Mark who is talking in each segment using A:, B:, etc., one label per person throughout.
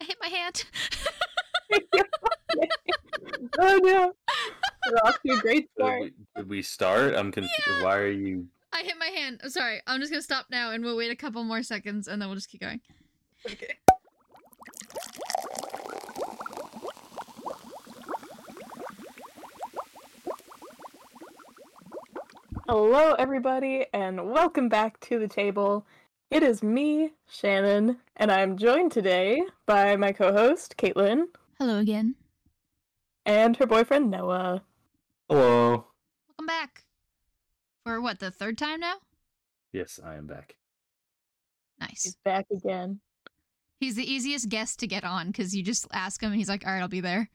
A: hit my hand.
B: oh no. We're off to a great
C: Did
B: start.
C: we, did we start? I'm confused. Why are you?
A: I hit my hand. I'm sorry. I'm just gonna stop now, and we'll wait a couple more seconds, and then we'll just keep going.
B: Okay. Hello, everybody, and welcome back to the table. It is me, Shannon, and I'm joined today by my co host, Caitlin,
A: Hello again.
B: and her boyfriend, Noah.
C: Hello.
A: Welcome back. For what the third time now?
C: Yes, I am back.
A: Nice.
B: He's back again.
A: He's the easiest guest to get on because you just ask him, and he's like, "All right, I'll be there."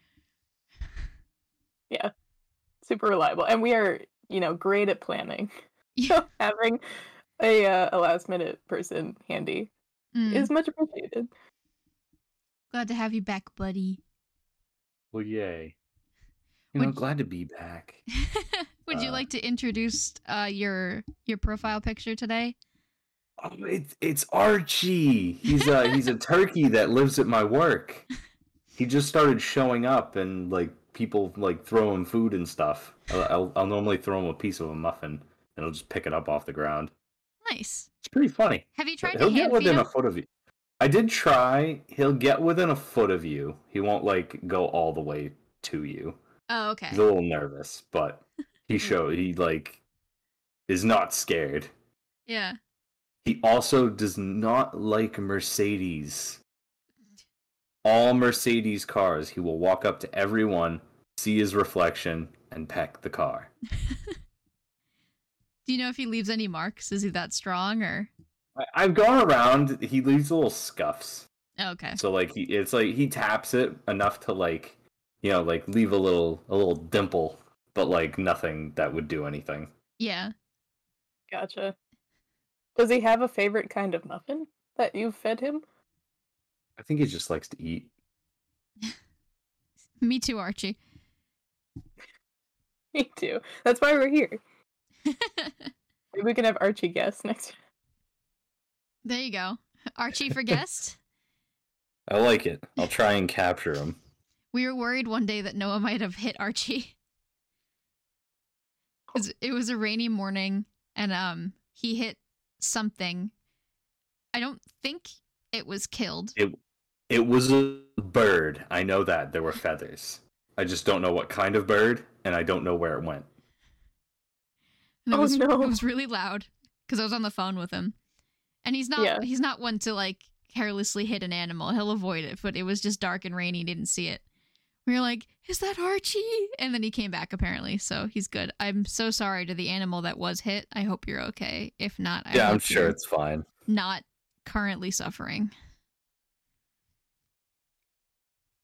B: Super reliable. And we are, you know, great at planning.
A: Yeah.
B: So having a, uh, a last minute person handy
A: Mm,
B: is much appreciated.
A: glad to have you back, buddy.
C: Well, yay. You
A: Would-
C: know, glad to be back.
A: Would you
C: Uh,
A: like to introduce uh, your your profile picture today?
C: Oh, it's it's Archie. He's a he's a turkey that lives at my work. He just started showing up, and like people like throw him food and stuff. I'll, I'll, I'll normally throw him a piece of a muffin, and he'll just pick it up off the ground.
A: Nice.
C: It's pretty funny.
A: Have you tried
C: He'll
A: to
C: get
A: hand feed
C: within
A: him?
C: a foot of you. I did try. He'll get within a foot of you. He won't like go all the way to you.
A: oh, okay.
C: He's a little nervous, but he show he like is not scared.
A: yeah.
C: He also does not like Mercedes. All Mercedes cars, he will walk up to everyone, see his reflection, and peck the car.
A: Do you know if he leaves any marks? Is he that strong or?
C: I- I've gone around. He leaves little scuffs.
A: Oh, okay.
C: So like he, it's like he taps it enough to like, you know, like leave a little a little dimple, but like nothing that would do anything.
A: Yeah.
B: Gotcha. Does he have a favorite kind of muffin that you've fed him?
C: I think he just likes to eat.
A: Me too, Archie.
B: Me too. That's why we're here. Maybe we can have Archie guest next.
A: there you go. Archie for guest.
C: I like it. I'll try and capture him.
A: We were worried one day that Noah might have hit Archie. 'Cause It was a rainy morning and um he hit something. I don't think it was killed.
C: It was a bird. I know that there were feathers. I just don't know what kind of bird, and I don't know where it went.
A: And it
B: Oh,
A: was
B: no.
A: it was really loud because I was on the phone with him. And he's not
B: Yeah.
A: he's not one to like carelessly hit an animal. He'll avoid it, but it was just dark and rainy, he didn't see it. We were like, "Is that Archie?" And then he came back apparently, so he's good. I'm so sorry to the animal that was hit. I hope you're okay. If not, I hope you're
C: it's fine.
A: not currently suffering.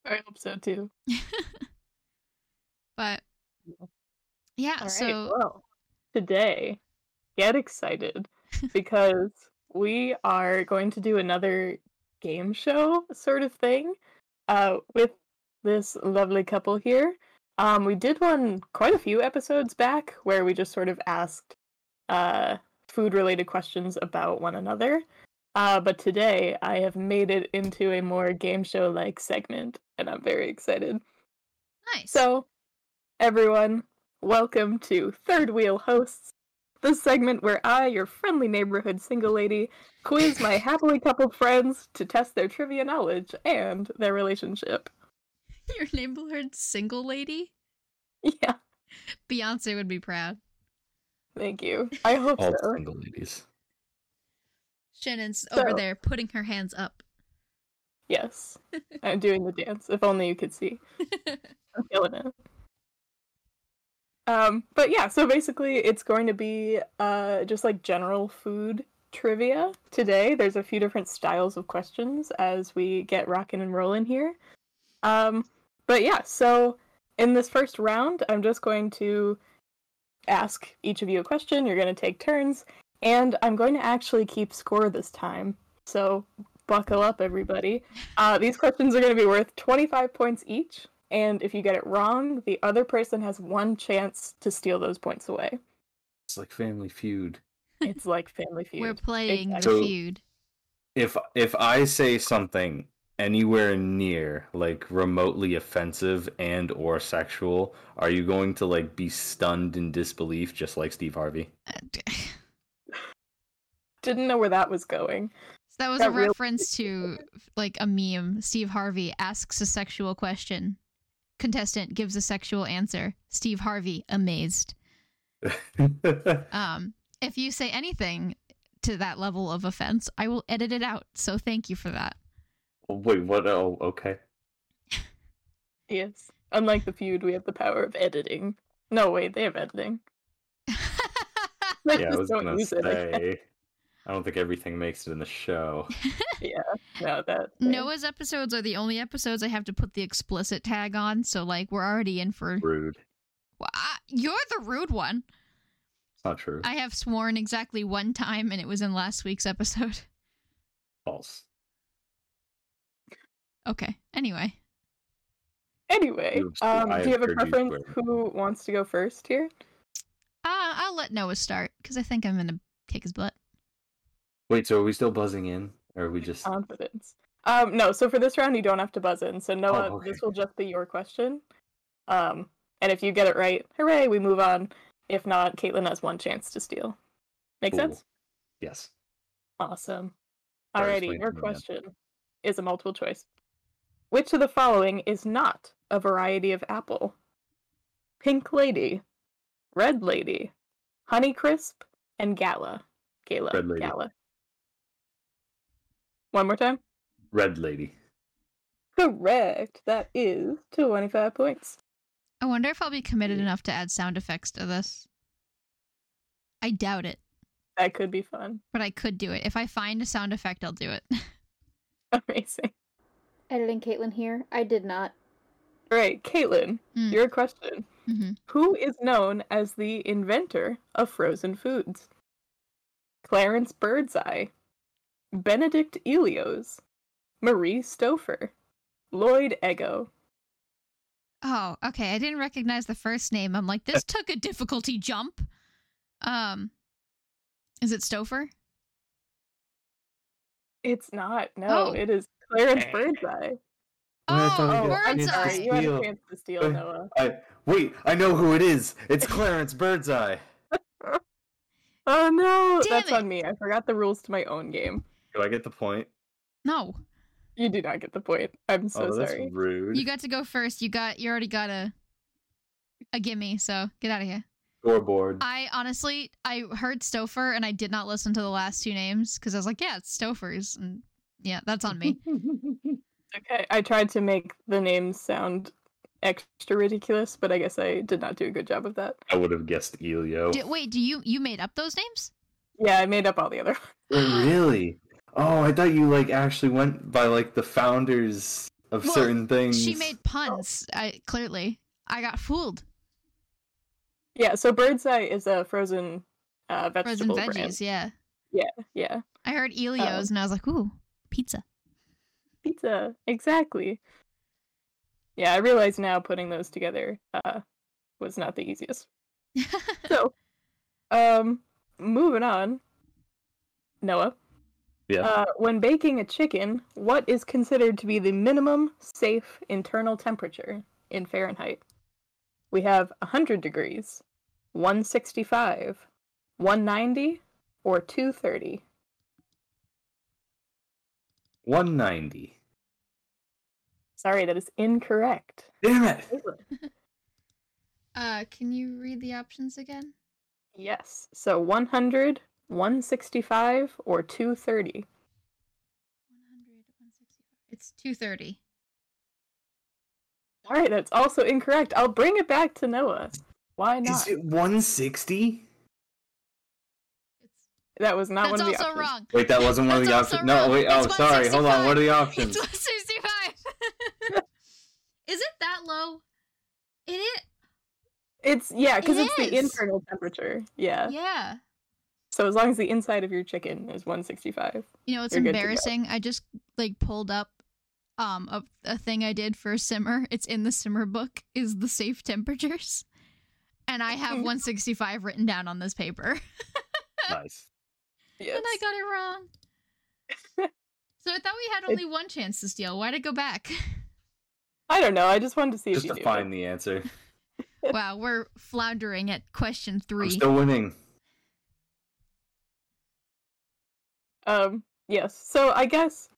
B: I hope so too.
A: But yeah,
B: All right.
A: so
B: well, today, get excited because we are going to do another game show sort of thing uh, with this lovely couple here. Um, we did one quite a few episodes back where we just sort of asked uh, food related questions about one another. Uh, but today I have made it into a more game show like segment, and I'm very excited.
A: nice.
B: So, everyone, welcome to Third Wheel Hosts, the segment where I, your friendly neighborhood single lady, quiz my happily coupled friends to test their trivia knowledge and their relationship.
A: your neighborhood single lady,
B: Yeah,
A: Beyonce would be proud.
B: thank you. I hope
C: All
B: so.
C: single ladies.
A: Shannon's
B: So-
A: over there putting her hands up.
B: Yes, I'm doing the dance. If only you could see. I'm killing it. Um, but yeah, so basically, it's going to be uh, just like general food trivia today. There's a few different styles of questions as we get rocking and rolling here. Um, but yeah, so in this first round, I'm just going to ask each of you a question. You're going to take turns, and I'm going to actually keep score this time. So buckle up, everybody. Uh, these questions are going to be worth 25 points each, and if you get it wrong, the other person has one chance to steal those points away.
C: It's like Family Feud.
B: It's like Family Feud.
A: We're playing the
C: So-
A: feud.
C: If if I say something anywhere near like remotely offensive and or sexual, are you going to like be stunned in disbelief just like Steve Harvey?
A: Uh, d-
B: Didn't know where that was going.
A: So that was
B: That
A: a
B: really-
A: reference to like a meme. Steve Harvey asks a sexual question. Contestant gives a sexual answer. Steve Harvey amazed. Um, if you say anything to that level of offense, I will edit it out. So thank you for that.
C: Wait, what? Oh, okay.
B: Yes. Unlike the feud, we have the power of editing. No, wait, they have editing. They
C: Yeah, I
B: just
C: was
B: don't
C: gonna
B: use it, I guess.
C: say. I don't think everything makes it in the show.
B: No, that.
A: Noah's episodes are the only episodes I have to put the explicit tag on. So like we're already in for.
C: Rude.
A: Wha- I- You're the rude one.
C: It's not true.
A: I have sworn exactly one time, and it was in last week's episode.
C: False.
A: Okay. Anyway.
B: Anyway,
C: Oops,
B: um,
C: I
B: do you have a
C: heard you
B: preference?
C: swear.
B: Who wants to go first here?
A: Uh, I'll let Noah start because I think I'm gonna kick his butt.
C: Wait, so are we still buzzing in? Or are we just
B: Uh, Confidence. Um, no, so for this round, you don't have to buzz in. So Noah,
C: Oh, okay.
B: this will just be your question. Um, and if you get it right, hooray, we move on. If not, Caitlin has one chance to steal. Make
C: Cool.
B: sense?
C: Yes.
B: Awesome.
C: Sorry, it's
B: Alrighty,
C: late
B: your
C: in the morning.
B: question is a multiple choice. Which of the following is not a variety of apple? Pink Lady, Red Lady, Honey Crisp, and Gala. Gala.
C: Red Lady.
B: Gala. One more time.
C: Red lady.
B: Correct. That is 25 points.
A: I wonder if I'll be committed
C: Yeah.
A: enough to add sound effects to this. I doubt it,
B: That could be fun.
A: but I could do it. If I find a sound effect, I'll do it.
B: Amazing.
D: Editing Caitlin here. I did not.
B: All right, Caitlin,
A: Mm.
B: your question.
A: hmm
B: Who is known as the inventor of frozen foods? Clarence Birdseye, Benedict Elios, Marie Stopher, Lloyd Ego.
A: Oh, okay. I didn't recognize the first name. I'm like,
C: Uh.
A: this took a difficulty jump. Um, is it Stouffer?
B: It's not. No,
A: Oh.
B: it is Clarence Birdseye.
C: I thought
A: Oh,
C: you
B: Oh, I'm
C: It's
A: Birdseye.
B: sorry. You had a
C: steal.
B: chance to steal,
C: Uh,
B: Noah.
C: I wait, I know who it is. It's Clarence Birdseye.
B: Oh no,
A: Damn
B: that's
A: it.
B: on me. I forgot the rules to my own game.
C: Do I get the point?
A: No,
B: You do not get the point. I'm so
C: oh, that's
B: sorry.
C: rude.
A: you got to go first. You got. You already got a a gimme. So get out of here.
C: Scoreboard.
A: I honestly, I heard Stouffer and I did not listen to the last two names because I was like, yeah, it's Stouffer's. And yeah, that's on me.
B: Okay, I tried to make the names sound extra ridiculous, but I guess I did not do a good job of that.
C: I would have guessed Elio.
A: Do, wait, do you you made up those names?
B: Yeah, I made up all the other
C: Oh, really? Oh, I thought you like actually went by like the founders of
A: Well,
C: certain things.
A: She made puns. I clearly I got fooled.
B: Yeah, so Birdseye is a frozen uh,
A: Frozen
B: vegetable
A: veggies.
B: brand.
A: Yeah,
B: Yeah,
A: I heard Elio's
B: Oh.
A: and I was like, ooh, pizza.
B: pizza exactly. Yeah, I realize now putting those together uh, was not the easiest. So, um, moving on. Noah,
C: Yeah.
B: uh, when baking a chicken, what is considered to be the minimum safe internal temperature in Fahrenheit? We have 100 degrees, 165, 190, or 230.
C: 190.
B: Sorry, that is incorrect.
C: Damn it.
A: Oh uh, can you read the options again?
B: Yes. So 100, 165, or 230.
A: 100, 165. It's two thirty.
B: All right, that's also incorrect. I'll bring it back to Noah. Why not?
C: Is it 160?
B: That was not
A: That's
B: one of the
A: also
B: options.
A: wrong.
C: Wait, that wasn't one of the
A: That's also
C: options. No,
A: wrong.
C: wait. Oh,
A: It's
C: sorry. Hold
A: 165.
C: on. What are the
A: It's
C: options?
A: 165. Is it that low? It is.
B: It's yeah, because
A: It
B: it's the
A: is.
B: internal temperature. Yeah.
A: Yeah.
B: So as long as the inside of your chicken is 165.
A: You know, it's
B: You're good to go.
A: embarrassing. I just like pulled up um a, a thing I did for simmer. It's in the simmer book is the safe temperatures. And I have
B: Mhm.
A: 165 written down on this paper.
C: nice.
B: Yes.
A: And I got it wrong. So I thought we had only one chance to steal. Why'd it go back?
B: I don't know. I just wanted to see
C: Just
B: if you
C: to
B: knew.
C: find the answer.
A: wow, we're floundering at question
C: I'm
A: three.
C: still winning.
B: Um, yes. So I guess,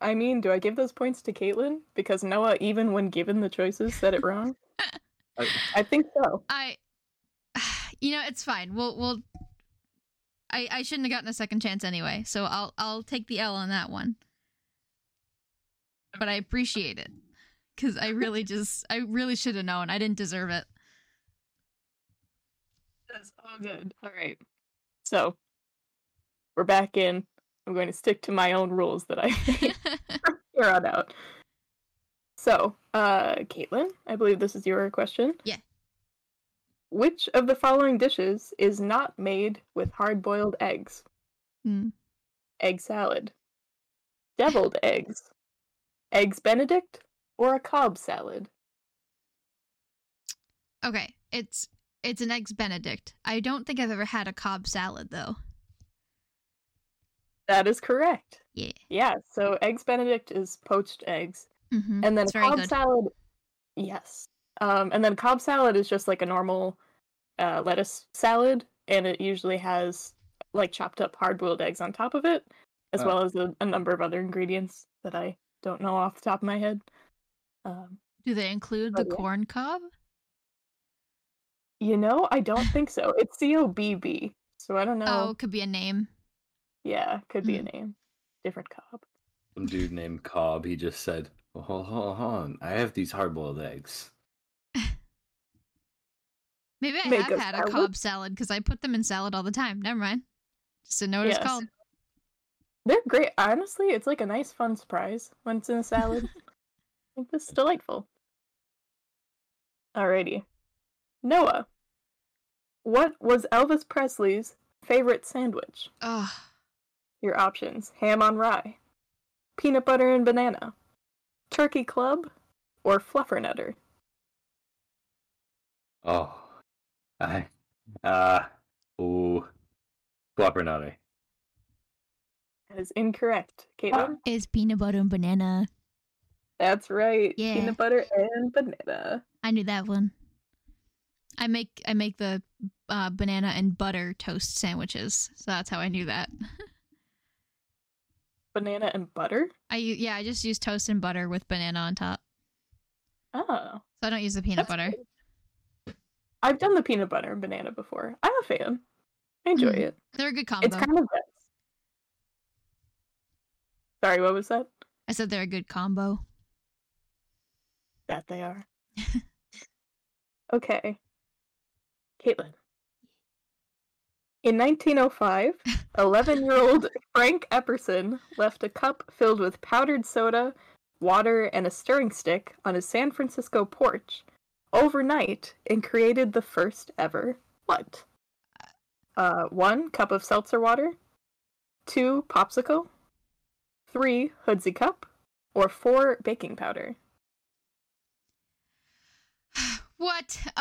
B: I mean, do I give those points to Caitlin because Noah, even when given the choices, said it wrong?
C: I-
B: I think so.
A: I, you know, it's fine. We'll we'll. I I shouldn't have gotten a second chance anyway, so I'll I'll take the L on that one. But I appreciate it because I really just I really should have known. I didn't deserve it.
B: That's all good. All right. So we're back in. I'm going to stick to my own rules that I made from here on out. So, uh, Caitlin, I believe this is your question.
A: Yeah.
B: Which of the following dishes is not made with hard boiled eggs?
A: Hmm.
B: egg salad, deviled eggs, eggs benedict, or a cob salad.
A: Okay, it's it's an eggs Benedict. I don't think I've ever had a Cobb salad though.
B: That is correct.
A: Yeah.
B: Yeah, so eggs benedict is poached eggs.
A: Mm-hmm.
B: And then
A: it's very
B: cob
A: good.
B: salad Yes. Um and then cob salad is just like a normal uh, lettuce salad and it usually has like chopped up hard-boiled eggs on top of it as
C: Oh.
B: well as a, a number of other ingredients that I don't know off the top of my head. Um
A: Do they include the
B: Oh, yeah.
A: corn cob?
B: you know, I don't think so. It's C O B B. So I don't know.
A: Oh, Mm. it could be a name.
B: Yeah, could be a name. Different cob.
C: Some dude named Cobb. He just said, well, "Hold hold on, I have these hard-boiled eggs."
A: Maybe I
B: Make
A: have
B: a
A: had a
B: salad?
A: Cobb salad because I put them in salad all the time. Never mind. Just didn't know what it's
B: Yes.
A: called.
B: They're great. Honestly, it's like a nice fun surprise when it's in a salad. I think this is delightful. Alrighty. Noah. What was Elvis Presley's favorite sandwich?
A: Ugh.
B: Your options ham on rye, peanut butter and banana, turkey club, or fluffernutter.
C: Oh, I, uh, ooh, floppernutter.
B: That is incorrect, Caitlin.
A: It's peanut butter and banana.
B: That's right.
A: Yeah.
B: Peanut butter and banana.
A: I knew that one. I make I make the uh, banana and butter toast sandwiches, so that's how I knew that.
B: Banana and butter?
A: I u- yeah, I just use toast and butter with banana on top,
B: Oh.
A: so I don't use the peanut
B: That's
A: butter.
B: good. I've done the peanut butter and banana before. I'm a fan. I enjoy
A: Mhm.
B: it.
A: They're a good combo.
B: It's kind of dense. Sorry, what was that?
A: I said they're a good combo.
B: That they are. okay. Caitlin. In 1905, 11 year old Frank Epperson left a cup filled with powdered soda, water, and a stirring stick on his San Francisco porch overnight and created the first ever what? Uh, one, cup of seltzer water. Two, popsicle. Three, hoodsy cup. Or four, baking powder.
A: What?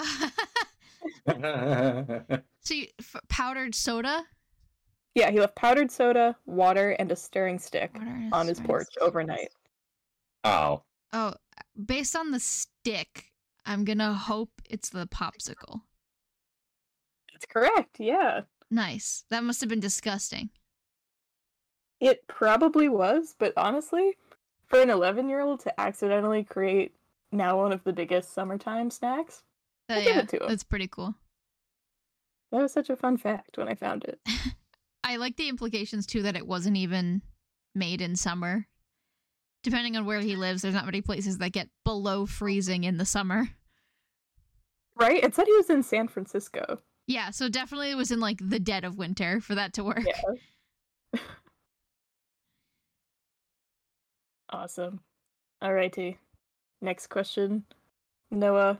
A: so
C: Oh,
A: you, f- powdered soda
B: Yeah, he left powdered soda, water, and a stirring stick
A: Water and a
B: on his
A: stirring
B: porch
A: stick.
B: overnight.
C: oh,
A: Oh, based on the stick, I'm gonna hope it's the popsicle.
B: That's correct. Yeah.
A: Nice. That must have been disgusting.
B: It probably was, but honestly, for an 11 year old to accidentally create now one of the biggest summertime snacks,
A: Uh,
B: I give
A: yeah,
B: it to him.
A: that's pretty cool.
B: that was such a fun fact when I found it.
A: I like the implications too that it wasn't even made in summer. Depending on where he lives, there's not many places that get below freezing in the summer.
B: Right? It said he was in San Francisco.
A: Yeah, so definitely it was in like the dead of winter for that to work.
B: Yeah. Awesome. Alrighty. Next question, Noah.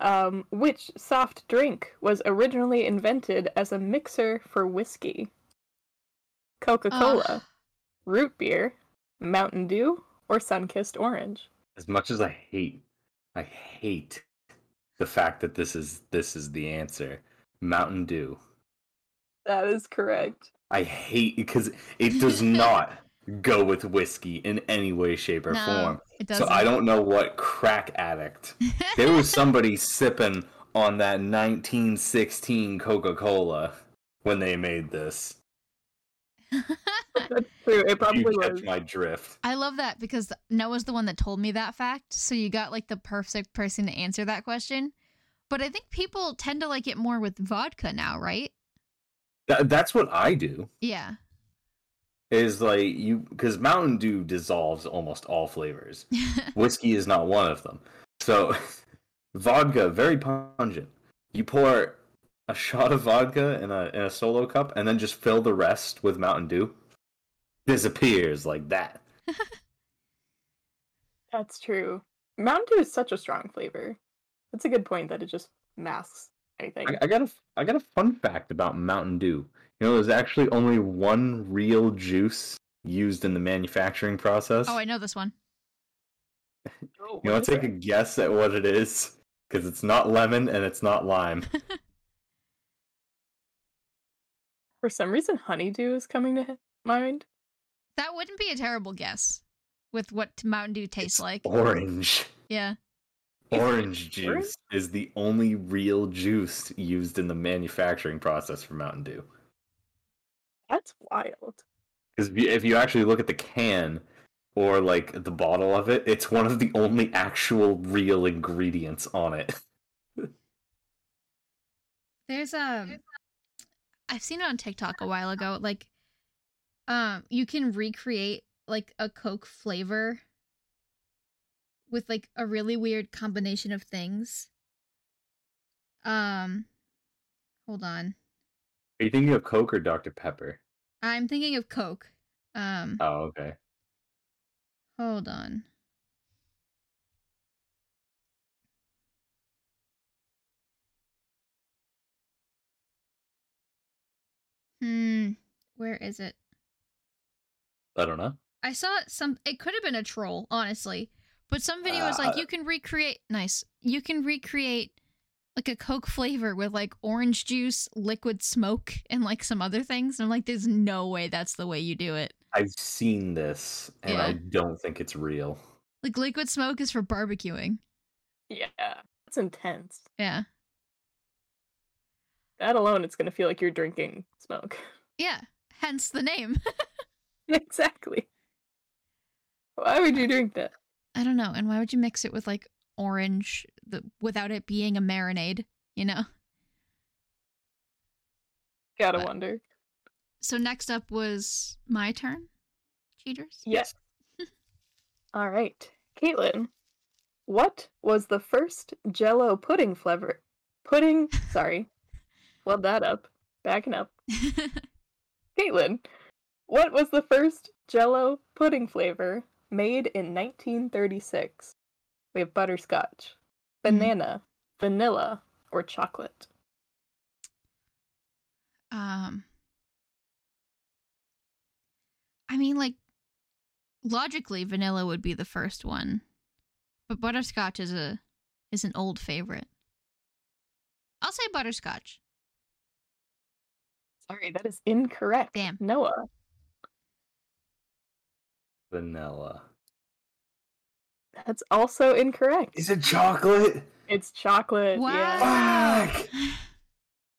B: Um, which soft drink was originally invented as a mixer for whiskey? Coca Cola,
A: Ugh.
B: root beer, Mountain Dew, or Sunkissed Orange?
C: as much as I hate, I hate the fact that this is this is the answer. Mountain Dew.
B: That is correct.
C: I hate because it does not go with whiskey in any way, shape, or
A: No,
C: form.
A: it
C: So
A: doesn't.
C: I don't know what crack addict. There was somebody sipping on that 1916 Coca Cola when they made this.
B: That's true. It
C: You
B: probably was.
C: catch my drift.
A: I love that because Noah's the one that told me that fact. So you got like the perfect person to answer that question. But I think people tend to like it more with vodka now, right?
C: Th- that's what I do.
A: Yeah.
C: Is like you because Mountain Dew dissolves almost all flavors. Whiskey is not one of them. So vodka, very pungent. You pour a shot of vodka in a in a solo cup and then just fill the rest with Mountain Dew. Disappears like that.
B: That's true. Mountain Dew is such a strong flavor. That's a good point that it just masks anything.
C: I, I got a I got a fun fact about Mountain Dew. You know, there's actually only one real juice used in the manufacturing process.
A: oh, I know this one.
B: Oh,
C: you
B: what
C: want
B: is
C: to take a
B: it?
C: guess at what it is? Because it's not lemon and it's not lime.
B: For some reason, honeydew is coming to mind.
A: That wouldn't be a terrible guess with what Mountain Dew tastes like.
C: Orange.
A: Yeah.
B: Is it
C: Orange
B: orange?
C: juice is the only real juice used in the manufacturing process for Mountain Dew.
B: That's wild.
C: Because if you, if you actually look at the can or like the bottle of it, it's one of the only actual real ingredients on it.
A: There's um I've seen it on TikTok a while ago. Like um you can recreate like a Coke flavor with like a really weird combination of things. Um hold on.
C: Are you thinking of Coke or Dr. Pepper?
A: I'm thinking of Coke. Um
C: Oh, okay.
A: hold on. Hmm, where is it?
C: I don't know.
A: I saw some. It could have been a troll, honestly. But some video was like
C: Uh,
A: you can recreate. Nice. You can recreate like a Coke flavor with like orange juice, liquid smoke, and like some other things. And I'm like, there's no way that's the way you do it.
C: I've seen this and I
A: Yeah.
C: don't think it's real.
A: Like liquid smoke is for barbecuing.
B: Yeah, that's intense.
A: Yeah.
B: That alone, it's gonna feel like you're drinking smoke.
A: Yeah. Hence the name.
B: exactly. Why would you drink that?
A: I don't know. And why would you mix it with like orange the, without it being a marinade? You know.
B: Gotta
A: But-
B: wonder.
A: So next up was my turn. Cheaters.
B: Yes. All right, Caitlin. What was the first Jello pudding flavor? Pudding. Sorry, flub that up. Backing up, Caitlin. What was the first Jello pudding flavor made in 1936? We have butterscotch,
A: Mhm.
B: banana, vanilla, or chocolate.
A: Um, I mean, like logically, vanilla would be the first one, but butterscotch is a is an old favorite. I'll say butterscotch.
B: Sorry, that is incorrect.
A: Damn.
B: Noah.
C: Vanilla.
B: That's also incorrect.
C: Is it chocolate?
B: It's chocolate. Uh, Yeah.
A: Wow.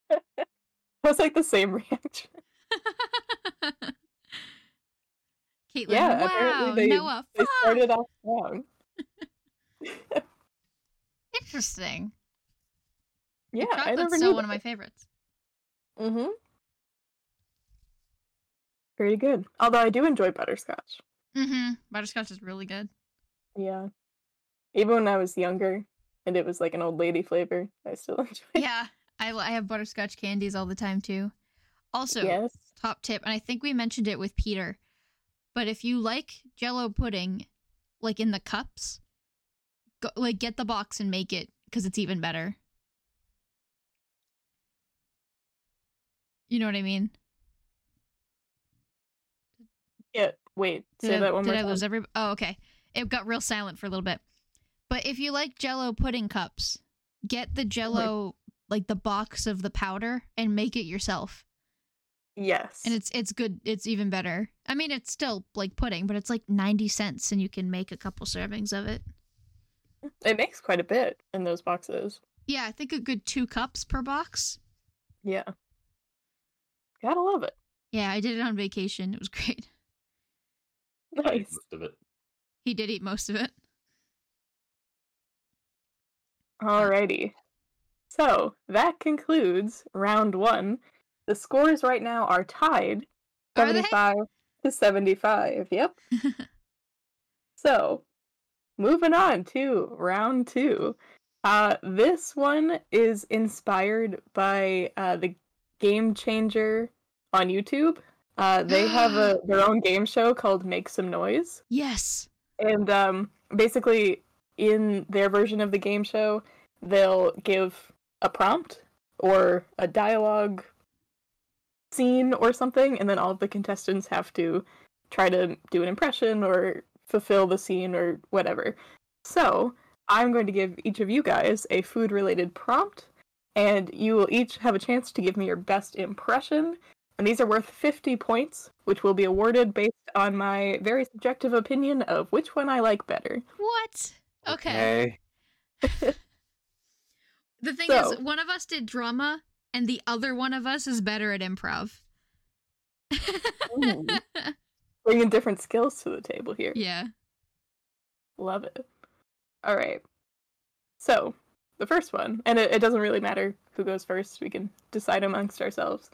C: Fuck!
B: That's like the same reaction.
A: Caitlin,
B: Yeah, apparently
A: wow,
B: they-
A: Noah,
B: They
A: fuck.
B: started off wrong.
A: interesting.
B: Yeah, I
A: Chocolate's
B: never
A: still
B: knew.
A: one of my favorites.
B: Mm-hmm. Pretty good. Although I do enjoy butterscotch.
A: Mm-hmm. Butterscotch is really good.
B: Yeah. Even when I was younger, and it was like an old lady flavor, I still enjoy. it.
A: yeah, I, I have butterscotch candies all the time too. Also,
B: yes.
A: top tip, and I think we mentioned it with Peter, but if you like Jello pudding, like in the cups, go, like get the box and make it because it's even better. You know what I mean?
B: Yeah. Wait.
A: Did
B: say
A: I,
B: that one
A: did
B: more
A: I
B: time.
A: lose every? Oh, okay. It got real silent for a little bit. But if you like Jello pudding cups, get the Jello like the box of the powder and make it yourself.
B: Yes.
A: and it's it's good it's even better i mean it's still like pudding but it's like 90 cents and you can make a couple servings of it
B: it makes quite a bit in those boxes.
A: yeah i think a good two cups per box
B: Yeah. Gotta love it.
A: yeah i did it on vacation it was great
C: I ate
B: Nice.
C: most of it.
A: he did eat most of it
B: Alrighty. So that concludes round one. The scores right now are tied
A: Are they?
B: 75 to 75. Yep. so moving on to round two. Uh, this one is inspired by uh, the Game Changer on YouTube. Uh, they have a, their own game show called Make Some Noise.
A: yes
B: And um, basically, in their version of the game show, they'll give a prompt or a dialogue scene or something, and then all of the contestants have to try to do an impression or fulfill the scene or whatever. So, I'm going to give each of you guys a food related prompt, and you will each have a chance to give me your best impression. And these are worth 50 points, which will be awarded based on my very subjective opinion of which one I like better.
A: what okay, the thing
B: So-
A: is one of us did drama and the other one of us is better at improv
B: Ooh. Bringing different skills to the table here.
A: yeah
B: Love it. All right. So, the first one, and it, it doesn't really matter who goes first, we can decide amongst ourselves.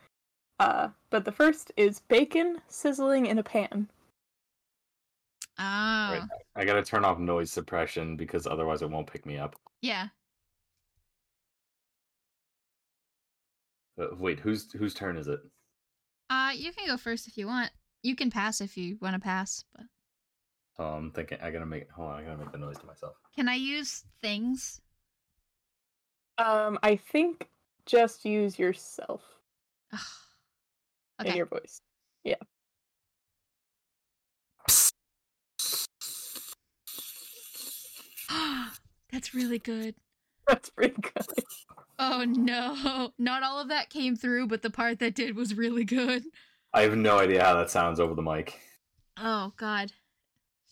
B: Uh, but the first is bacon sizzling in a pan.
A: oh
C: I gotta turn off noise suppression because otherwise it won't pick me up.
A: yeah
C: Uh, wait, whose whose turn is it?
A: uh you can go first if you want you can pass if you want to pass but
C: Oh, I'm thinking. I gotta make. Hold on. I gotta make the noise to myself.
A: can i use things
B: Um, I think just use yourself
A: Ugh.
B: in
A: okay
B: your voice.
A: That's really good.
B: That's pretty good.
A: Oh no. Not all of that came through, but the part that did was really good.
C: I have no idea how that sounds over the mic.
A: Oh god.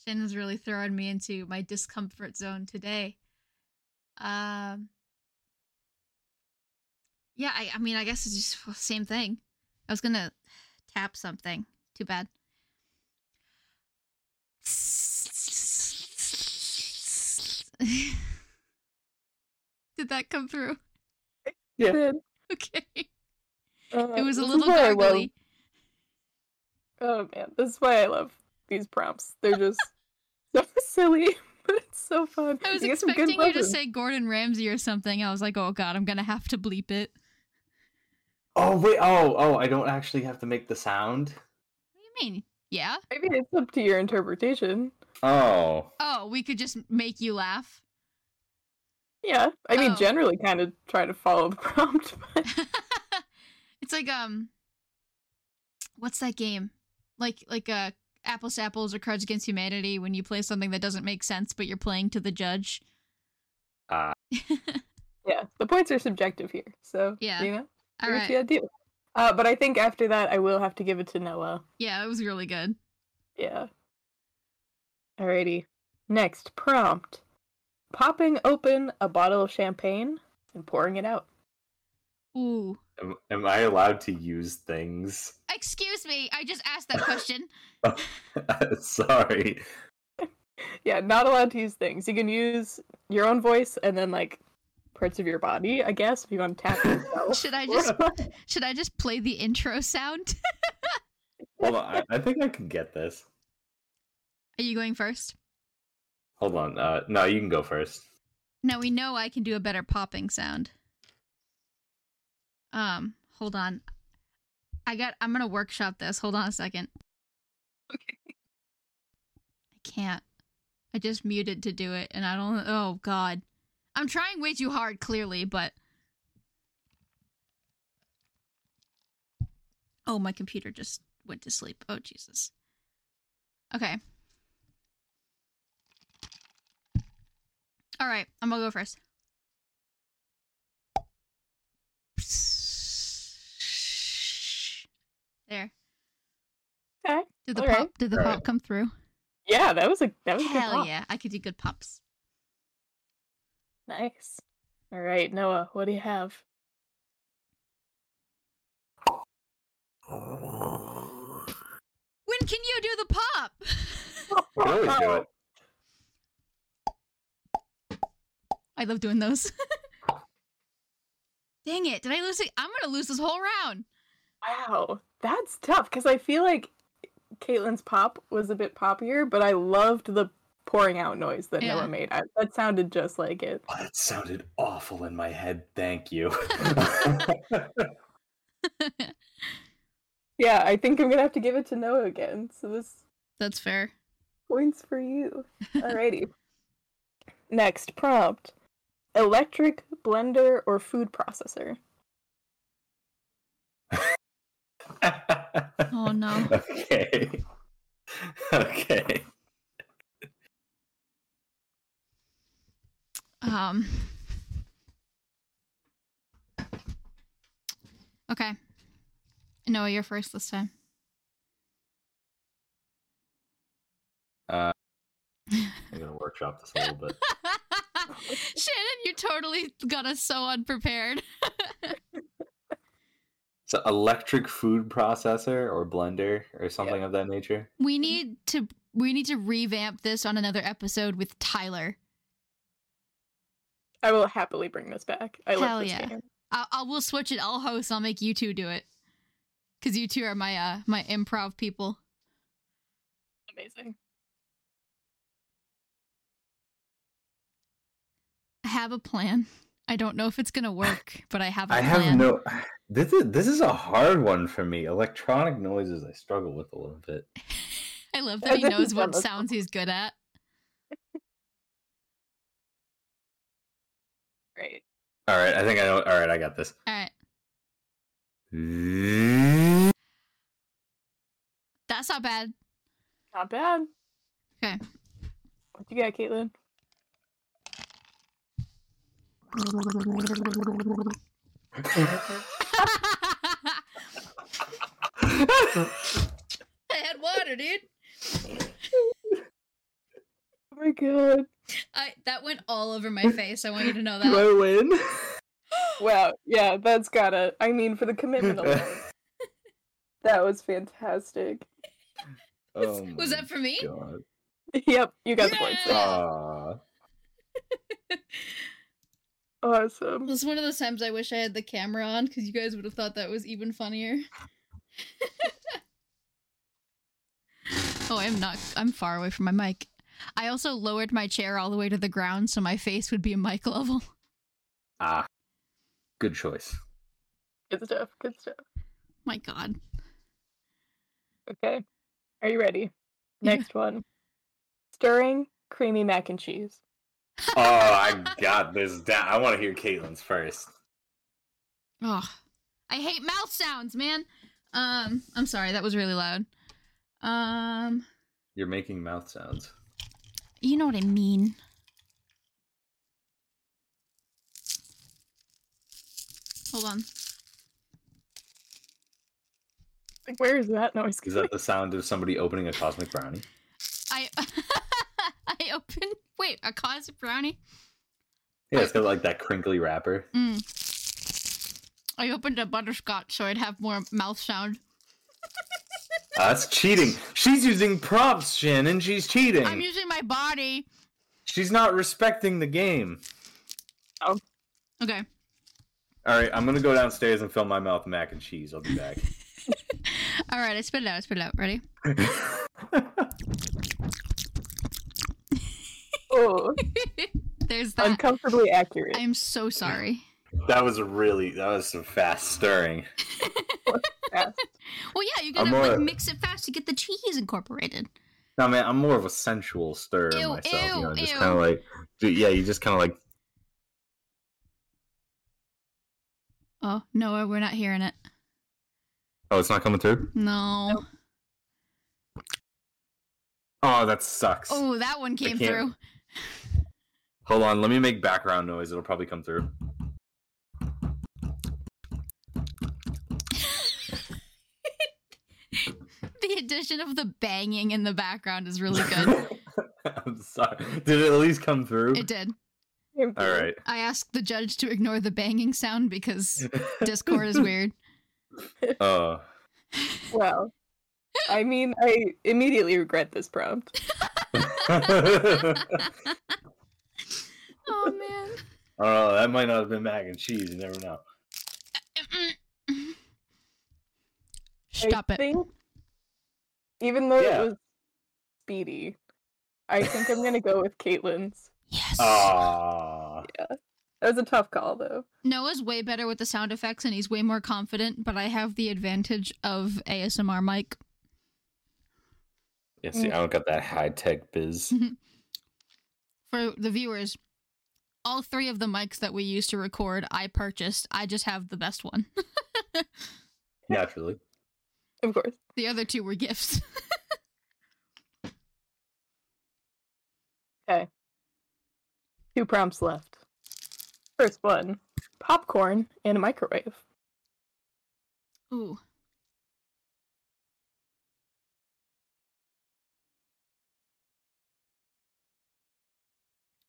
A: Shin is really throwing me into my discomfort zone today. Um Yeah, I, I mean I guess it's just the same thing. I was gonna tap something. Too bad. Did that come through?
B: Yeah.
A: Okay.
B: Uh,
A: It was a
B: this is
A: little
B: why I love-
A: gargly.
B: Oh man, this is why I love these prompts. They're just so silly, but it's so fun.
A: I was
B: You get some good
A: expecting you to
B: weather.
A: say Gordon Ramsay or something. I was like, oh god, I'm gonna have to bleep it.
C: Oh wait. Oh oh. I don't actually have to make the sound.
A: What do you mean? Yeah?
B: I mean, it's up to your interpretation.
C: Oh.
A: Oh, we could just make you laugh.
B: Yeah, I mean,
A: Oh.
B: generally, kind of try to follow the prompt. But
A: it's like um what's that game? Like like uh apples to apples or cards against humanity when you play something that doesn't make sense but you're playing to the judge.
C: Ah.
B: yeah, the points are subjective here, so
A: Yeah.
B: you know,
A: All
B: do what you
A: right.
B: gotta do. Uh, but I think after that, I will have to give it to Noah.
A: Yeah, it was really good.
B: Yeah. Alrighty. Next prompt: popping open a bottle of champagne and pouring it out.
A: Ooh.
C: Am, am I allowed to use things?
A: Excuse me, I just asked that question.
C: Sorry.
B: Yeah, not allowed to use things. You can use your own voice and then like parts of your body, I guess, if you want to tap yourself.
A: Should I just should I just play the intro sound?
C: Hold on. I, I think I can get this.
A: Are you going first?
C: Hold on. Uh, no, you can go first.
A: Now we know I can do a better popping sound. Um, hold on. I got I'm gonna workshop this. Hold on a second.
B: Okay.
A: I can't. I just muted to do it and I don't oh god. I'm trying way too hard, clearly, but Oh, my computer just went to sleep. Oh Jesus. Okay. All right, I'm gonna go first. There.
B: Okay.
A: Did the
B: All
A: pop?
B: right.
A: Did the
C: All
A: pop
C: right.
A: come through?
B: Yeah, that was a that was a good
A: Hell
B: pop.
A: yeah! I could do good pops.
B: Nice. All right, Noah, what do you have?
A: When can you do the pop?
C: I can always do it.
A: I love doing those. Dang it! Did I lose it? I'm gonna lose this whole round.
B: Wow, that's tough because I feel like Caitlin's pop was a bit poppier, but I loved the pouring out noise that
A: Yeah.
B: Noah made. I, that sounded just like it.
C: Oh, that sounded awful in my head. Thank you.
B: Yeah, I think I'm gonna have to give it to Noah again. So this
A: That's fair.
B: points for you. Alrighty. Next prompt: electric blender or food processor.
A: Oh no.
C: Okay. Okay.
A: Um. Okay. Noah, you're first this time.
C: Uh, I'm gonna workshop this a little bit.
A: Shannon, you totally got us so unprepared.
C: So, electric food processor or blender or something of that nature.
A: We need to we need to revamp this on another episode with Tyler.
B: I will happily bring this back. I
A: Hell
B: love this
A: yeah.
B: game.
A: I, I will switch it. I'll host. I'll make you two do it because you two are my uh my improv people.
B: Amazing.
A: I have a plan. I don't know if it's gonna work, but I have. a
C: I
A: plan.
C: have no. This is this is a hard one for me. Electronic noises I struggle with a little bit.
A: I love that he
B: This is
A: knows what
B: wonderful.
A: sounds he's good at.
B: Great.
C: All right, I think I know. All right, I got this.
A: All right, that's not bad.
B: Not bad.
A: Okay.
B: What you got, Caitlin?
A: I had water, dude.
B: Oh my god.
A: I that went all over my face. I want you to know that.
C: Do I win?
B: Wow, yeah, that's gotta. I mean, for the commitment alone, that was fantastic.
A: Was,
C: Oh
A: was
C: my
A: that for me?
C: God.
B: Yep, you got the points.
A: Yeah!
C: Ah.
B: Awesome.
A: This is one of those times I wish I had the camera on because you guys would have thought that was even funnier. oh, I'm not. I'm far away from my mic. I also lowered my chair all the way to the ground so my face would be mic level.
C: Ah, good choice.
B: Good stuff. Good stuff.
A: My God.
B: Okay. Are you ready?
A: Yeah.
B: Next one. Stirring creamy mac and cheese.
C: Oh, I got this down. I want to hear Caitlin's first.
A: Oh, I hate mouth sounds, man. Um, I'm sorry, that was really loud. Um,
C: You're making mouth sounds.
A: you know what I mean. Hold on.
B: Like, where is that noise?
C: Is that the sound of somebody opening a cosmic brownie?
A: I I open. Wait, a cosmic brownie.
C: Yeah, it's got like that crinkly wrapper.
A: Mm. I opened a butterscotch so I'd have more mouth sound.
C: Ah, that's cheating. She's using props, Shannon. She's cheating.
A: I'm using my body.
C: She's not respecting the game.
A: Okay.
C: All right, I'm gonna go downstairs and fill my mouth with mac and cheese. I'll be back.
A: All right, I spit it out. I spit it out. Ready?
B: Oh,
A: There's that.
B: uncomfortably accurate.
A: I'm so sorry.
C: that was a really that was some fast stirring.
B: Fast.
A: Well, yeah, you gotta
C: I'm
A: like
C: alright.
A: mix it fast to get the cheese incorporated.
C: No, man, I'm more of a sensual stirrer
A: Ew,
C: myself. you know,
A: ew,
C: just
A: ew.
C: kind of like, dude, yeah, you just kind of like,
A: Oh no, we're not hearing it.
C: oh, it's not coming through.
A: No.
C: Oh, that sucks.
A: Oh, that one came
C: can't-
A: through.
C: Hold on, let me make background noise. It'll probably come through.
A: precision of the banging in the background is really good.
C: I'm sorry. Did it at least come through?
A: it did.
C: All right.
A: I asked the judge to ignore the banging sound because Discord is weird.
C: Uh,
B: Well, I mean, I immediately regret this prompt.
A: Oh man.
C: oh, that might not have been mac and cheese. You never know.
A: Stop
B: I
A: it.
B: Think, even though
C: Yeah.
B: it was speedy, I think I'm gonna go with Caitlin's.
A: Yes.
C: Ah,
B: That was a tough call, though.
A: Noah's way better with the sound effects and he's way more confident, but I have the advantage of ASMR mic.
E: Yeah, see, I don't got that high tech biz.
A: For the viewers, all three of the mics that we use to record, I purchased. I just have the best one.
C: naturally.
B: Of course.
A: the other two were gifts.
B: Two prompts left. First one: popcorn in a microwave.
A: Ooh.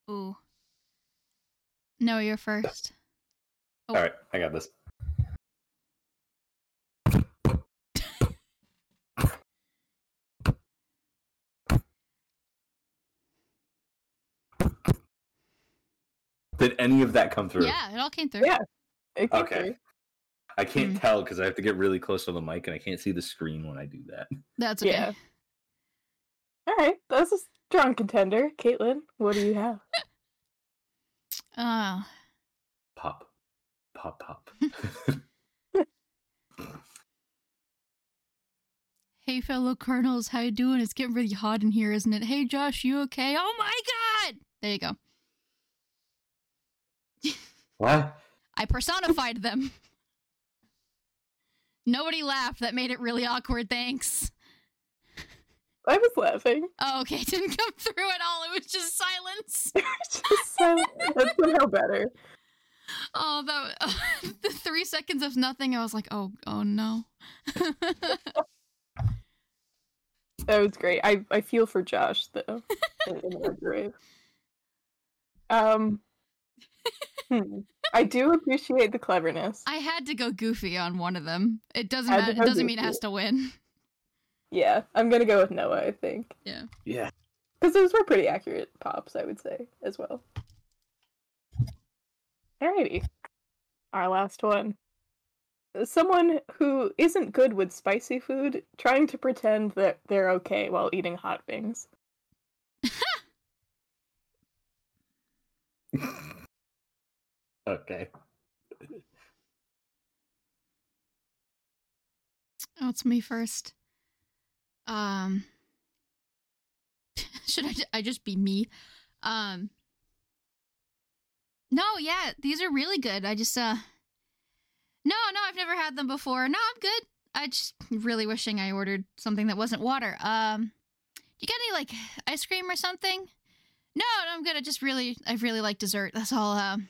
A: Ooh. No, you're first. Oh.
C: All right, I got this. Did any of that come through?
A: Yeah, it all came through.
B: Yeah. It came
C: Okay.
B: through.
C: I can't
A: Mm.
C: tell because I have to get really close to the mic and I can't see the screen when I do that.
A: That's okay.
B: Yeah. All right. That's a strong contender. Caitlin, what do you have?
A: Oh.
C: Pop, pop, pop.
A: Hey, fellow colonels, how you doing? It's getting really hot in here, isn't it? Hey, Josh, you okay? Oh my god! There you go.
C: what?
A: I personified them. Nobody laughed. That made it really awkward. Thanks.
B: I was laughing.
A: Oh, okay. It didn't come through at all. It was just silence.
B: Just so, that's somehow better.
A: Oh, that was, the three seconds of nothing. I was like, oh, oh no.
B: That was great. I, I feel for Josh though. in- in the microwave. Um, hmm. I do appreciate the cleverness.
A: I had to go goofy on one of them. It doesn't
B: Had to
A: matter. It
B: go
A: doesn't mean it
B: goofy.
A: has to win.
B: Yeah, I'm gonna go with Noah. I think
C: Yeah.
B: because those were pretty accurate pops. I would say as well. Alrighty, our last one. Someone who isn't good with spicy food trying to pretend that they're okay while eating hot wings.
C: okay.
A: Oh, it's me first. Um, should I, ju- I just be me? Um, no, yeah, these are really good. I just, uh, no, no, I've never had them before. No, I'm good. I just really wishing I ordered something that wasn't water. Um, you got any like ice cream or something? No, no, I'm good. I just really, I really like dessert. That's all. Um,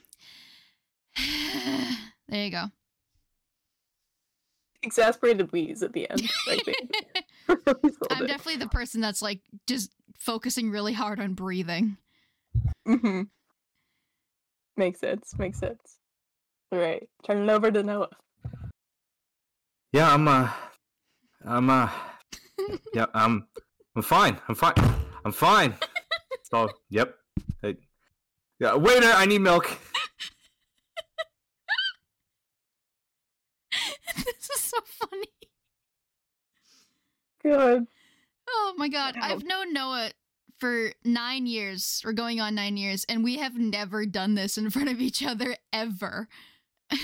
A: there you go.
B: Exasperated wheeze at the end. I think. Really sold
A: I'm
B: it.
A: definitely the person that's like just focusing really hard on breathing.
B: Mm-hmm. Makes sense. Makes sense. All right. Turn it over to Noah.
C: Yeah, I'm uh I'm uh yeah, I'm I'm fine. I'm fine. I'm fine. So yep. Hey. yeah, waiter, I need milk.
A: this is so funny.
B: Good.
A: Oh my god.
B: Wow.
A: I've known Noah for nine years or going on nine years, and we have never done this in front of each other ever.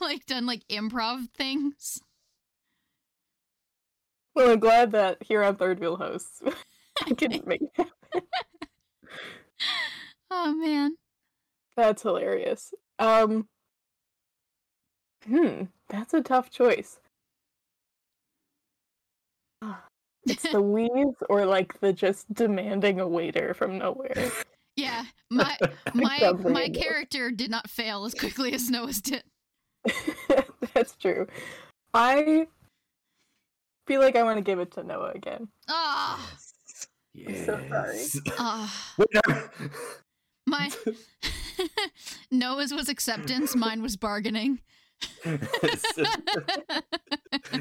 A: like done like improv things.
B: Well, I'm glad that here on Third Wheel hosts, I can make
A: Oh man.
B: that's hilarious. Um, hmm, that's a tough choice. Ah, It's the wheeze or like the just demanding a waiter from nowhere.
A: yeah. My my
B: Something
A: my
B: in there.
A: character did not fail as quickly as Noah's did.
B: That's true. I feel like I want to give it to Noah again.
A: Oh,
B: I'm so sorry.
A: oh.
C: Wait, no.
A: my Noah's was acceptance, mine was bargaining.
C: Did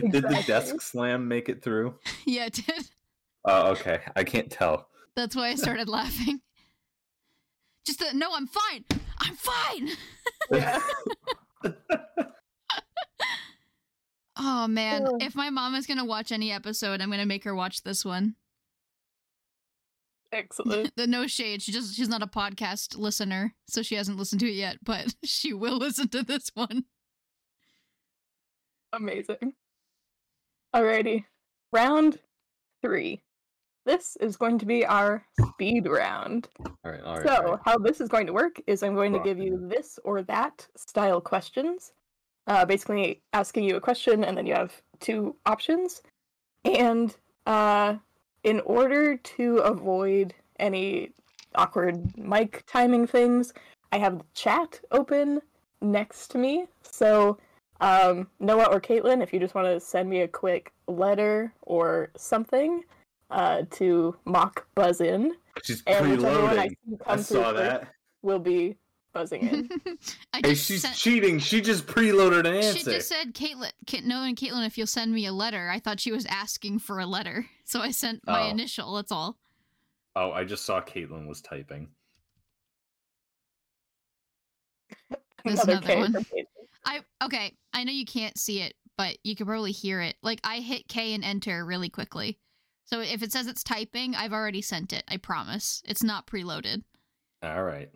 C: the
B: Exactly.
C: desk slam make it through?
A: yeah, it did.
C: Oh, okay. I can't tell.
A: That's why I started laughing. Just that, no, I'm fine. I'm fine.
B: Yeah.
A: Oh man,
B: Ugh.
A: if my mom is gonna watch any episode, I'm gonna make her watch this one.
B: Excellent.
A: The no shade. She just she's not a podcast listener, so she hasn't listened to it yet, but she will listen to this one.
B: Amazing. Alrighty. Round three. This is going to be our speed round.
C: All right, all right.
B: so,
C: all right.
B: how this is going to work is I'm going to
C: Fuck,
B: give you this or that style questions, uh, basically asking you a question, and then you have two options. And uh, in order to avoid any awkward mic timing things, I have the chat open next to me. So, um, Noah or Caitlin, if you just want to send me a quick letter or something uh, to mock buzz in,
C: She's
B: and whichever one I
C: preloading.
B: see come
C: I
B: through
C: saw
B: first
C: that.
B: will be buzzing in.
A: I
C: Hey,
A: just
C: she's
A: sent-
C: cheating. She just preloaded an
A: she
C: answer.
A: just said, "Caitlin, Ca- no, and Caitlin, if you'll send me a letter." I thought she was asking for a letter, so I sent my
C: Oh.
A: initial. That's all.
C: oh, I just saw Caitlin was typing.
A: There's another
B: K
A: one.
B: for Kate.
A: I okay. I know you can't see it, but you can probably hear it. Like I hit K and enter really quickly. So if it says it's typing, I've already sent it. I promise. It's not preloaded.
C: All right.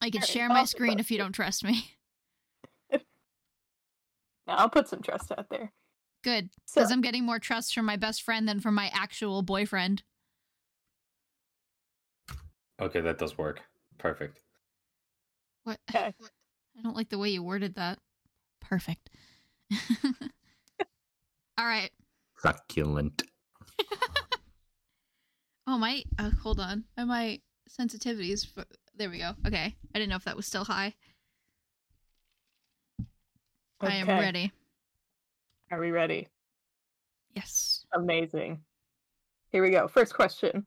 A: I can
B: Alright,
A: share my
B: I'll
A: screen if you don't trust me.
B: Now I'll put some trust out there.
A: Good,
B: So,
A: because I'm getting more trust from my best friend than from my actual boyfriend.
C: Okay, that does work. Perfect.
A: What?
B: Okay.
A: I don't like the way you worded that. Perfect. All right.
C: Succulent.
A: Oh my! Uh, hold on. Uh, My sensitivities. f- There we go. Okay. I didn't know if that was still high. I am
B: okay.
A: ready.
B: Are we ready?
A: Yes.
B: Amazing. Here we go. First question.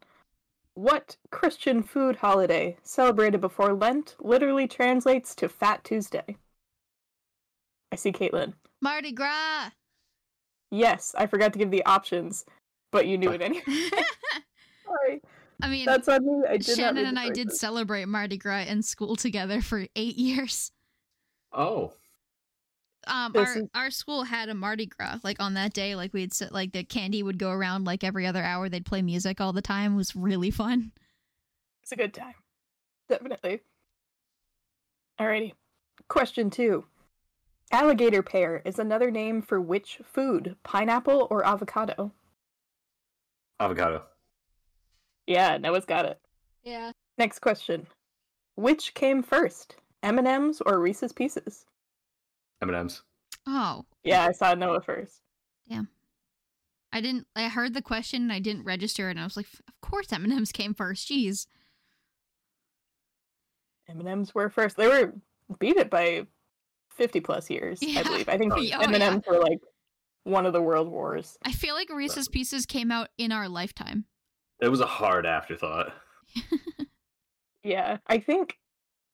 B: What Christian food holiday celebrated before Lent literally translates to Fat Tuesday? I see Caitlin.
A: Mardi Gras.
B: Yes, I forgot to give the options, but you knew it anyway.
A: I
B: Sorry.
A: mean,
B: That's on me. I did not
A: Shannon
B: read
A: and
B: the
A: I did
B: choices.
A: celebrate Mardi Gras in school together for eight years.
C: Oh.
A: Um,
B: This
A: our
B: is-
A: our school had a Mardi Gras like on that day. Like we'd sit, like the candy would go around like every other hour. They'd play music all the time. It was really fun.
B: It's a good time. Definitely. Alrighty. Question two. Alligator pear is another name for which food? Pineapple or avocado?
C: Avocado.
B: Yeah, Noah's got it.
A: Yeah.
B: Next question. Which came first? M&M's or Reese's Pieces?
C: M&M's.
A: Oh,
B: Yeah, I saw Noah first.
A: I didn't. I heard the question and I didn't register it. And I was like, of course M and M's came first. Jeez.
B: M&M's were first. They were beat it by 50 plus years,
A: Yeah.
B: I believe. I think
C: Oh, yeah.
A: Oh, yeah.
B: M&M's were like one of the world wars.
A: I feel like Reese's Pieces came out in our lifetime.
C: It was a hard afterthought.
B: Yeah, I think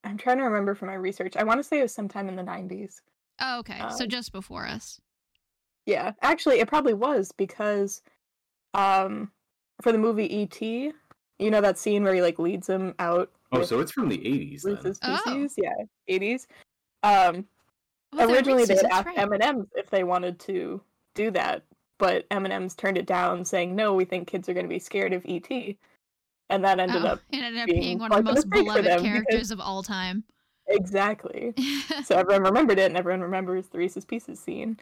B: I'm trying to remember from my research. I want to say it was sometime in the 90s.
A: Oh, okay. so
B: Um,
A: just before us.
B: Yeah, actually, it probably was because, um, for the movie E.T., you know that scene where he like leads him out
C: Oh,
B: with
C: so it's from the 80s then.
B: Reese's
A: Oh.
B: Pieces, yeah, eighties. Um,
A: Oh, they're
B: originally they
A: Reese's,
B: had
A: that's
B: asked
A: right.
B: M&M's if they wanted to do that, but M&M's turned it down, saying no, we think kids are going to be scared of E.T., and that ended
A: Oh,
B: up
A: it ended up
B: being
A: being one of the
B: quite a
A: most
B: mistake for
A: beloved
B: them because-
A: characters of all time.
B: exactly.
A: that's
B: So everyone remembered it, and everyone remembers the Reese's Pieces scene.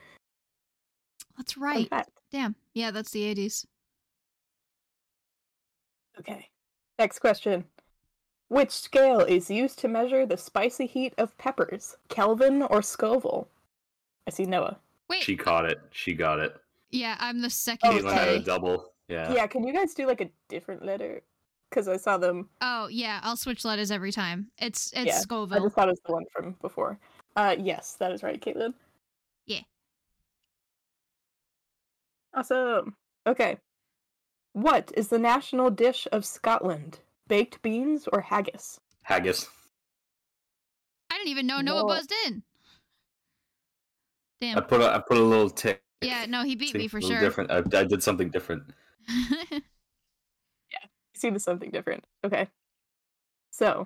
B: Fun
A: right.
B: fact.
A: Damn. Yeah, that's the 80s.
B: Okay. Next question. Which scale is used to measure the spicy heat of peppers, Kelvin or Scoville? I see Noah.
A: Wait.
C: She caught it. She got it.
A: yeah, I'm the second.
C: Caitlin had a
A: Oh,
C: double.
B: Yeah.
C: Yeah.
B: can you guys do like a different letter? Because I saw them.
A: oh yeah, I'll switch letters every time. It's it's
B: Yeah, I
A: Scoville.
B: just thought it was the one from before. Uh, yes, that is right, Caitlin.
A: Yeah.
B: Awesome. Okay. What is the national dish of Scotland? Baked beans or haggis?
C: Haggis.
A: I didn't even know Noah
D: Whoa.
A: buzzed in.
C: I
A: Damn.
C: put a, I put a little tick.
A: Yeah, no, he beat
C: See,
A: me for
C: a little
A: sure.
C: Different. I, I did something different.
B: See to something different. Okay. So,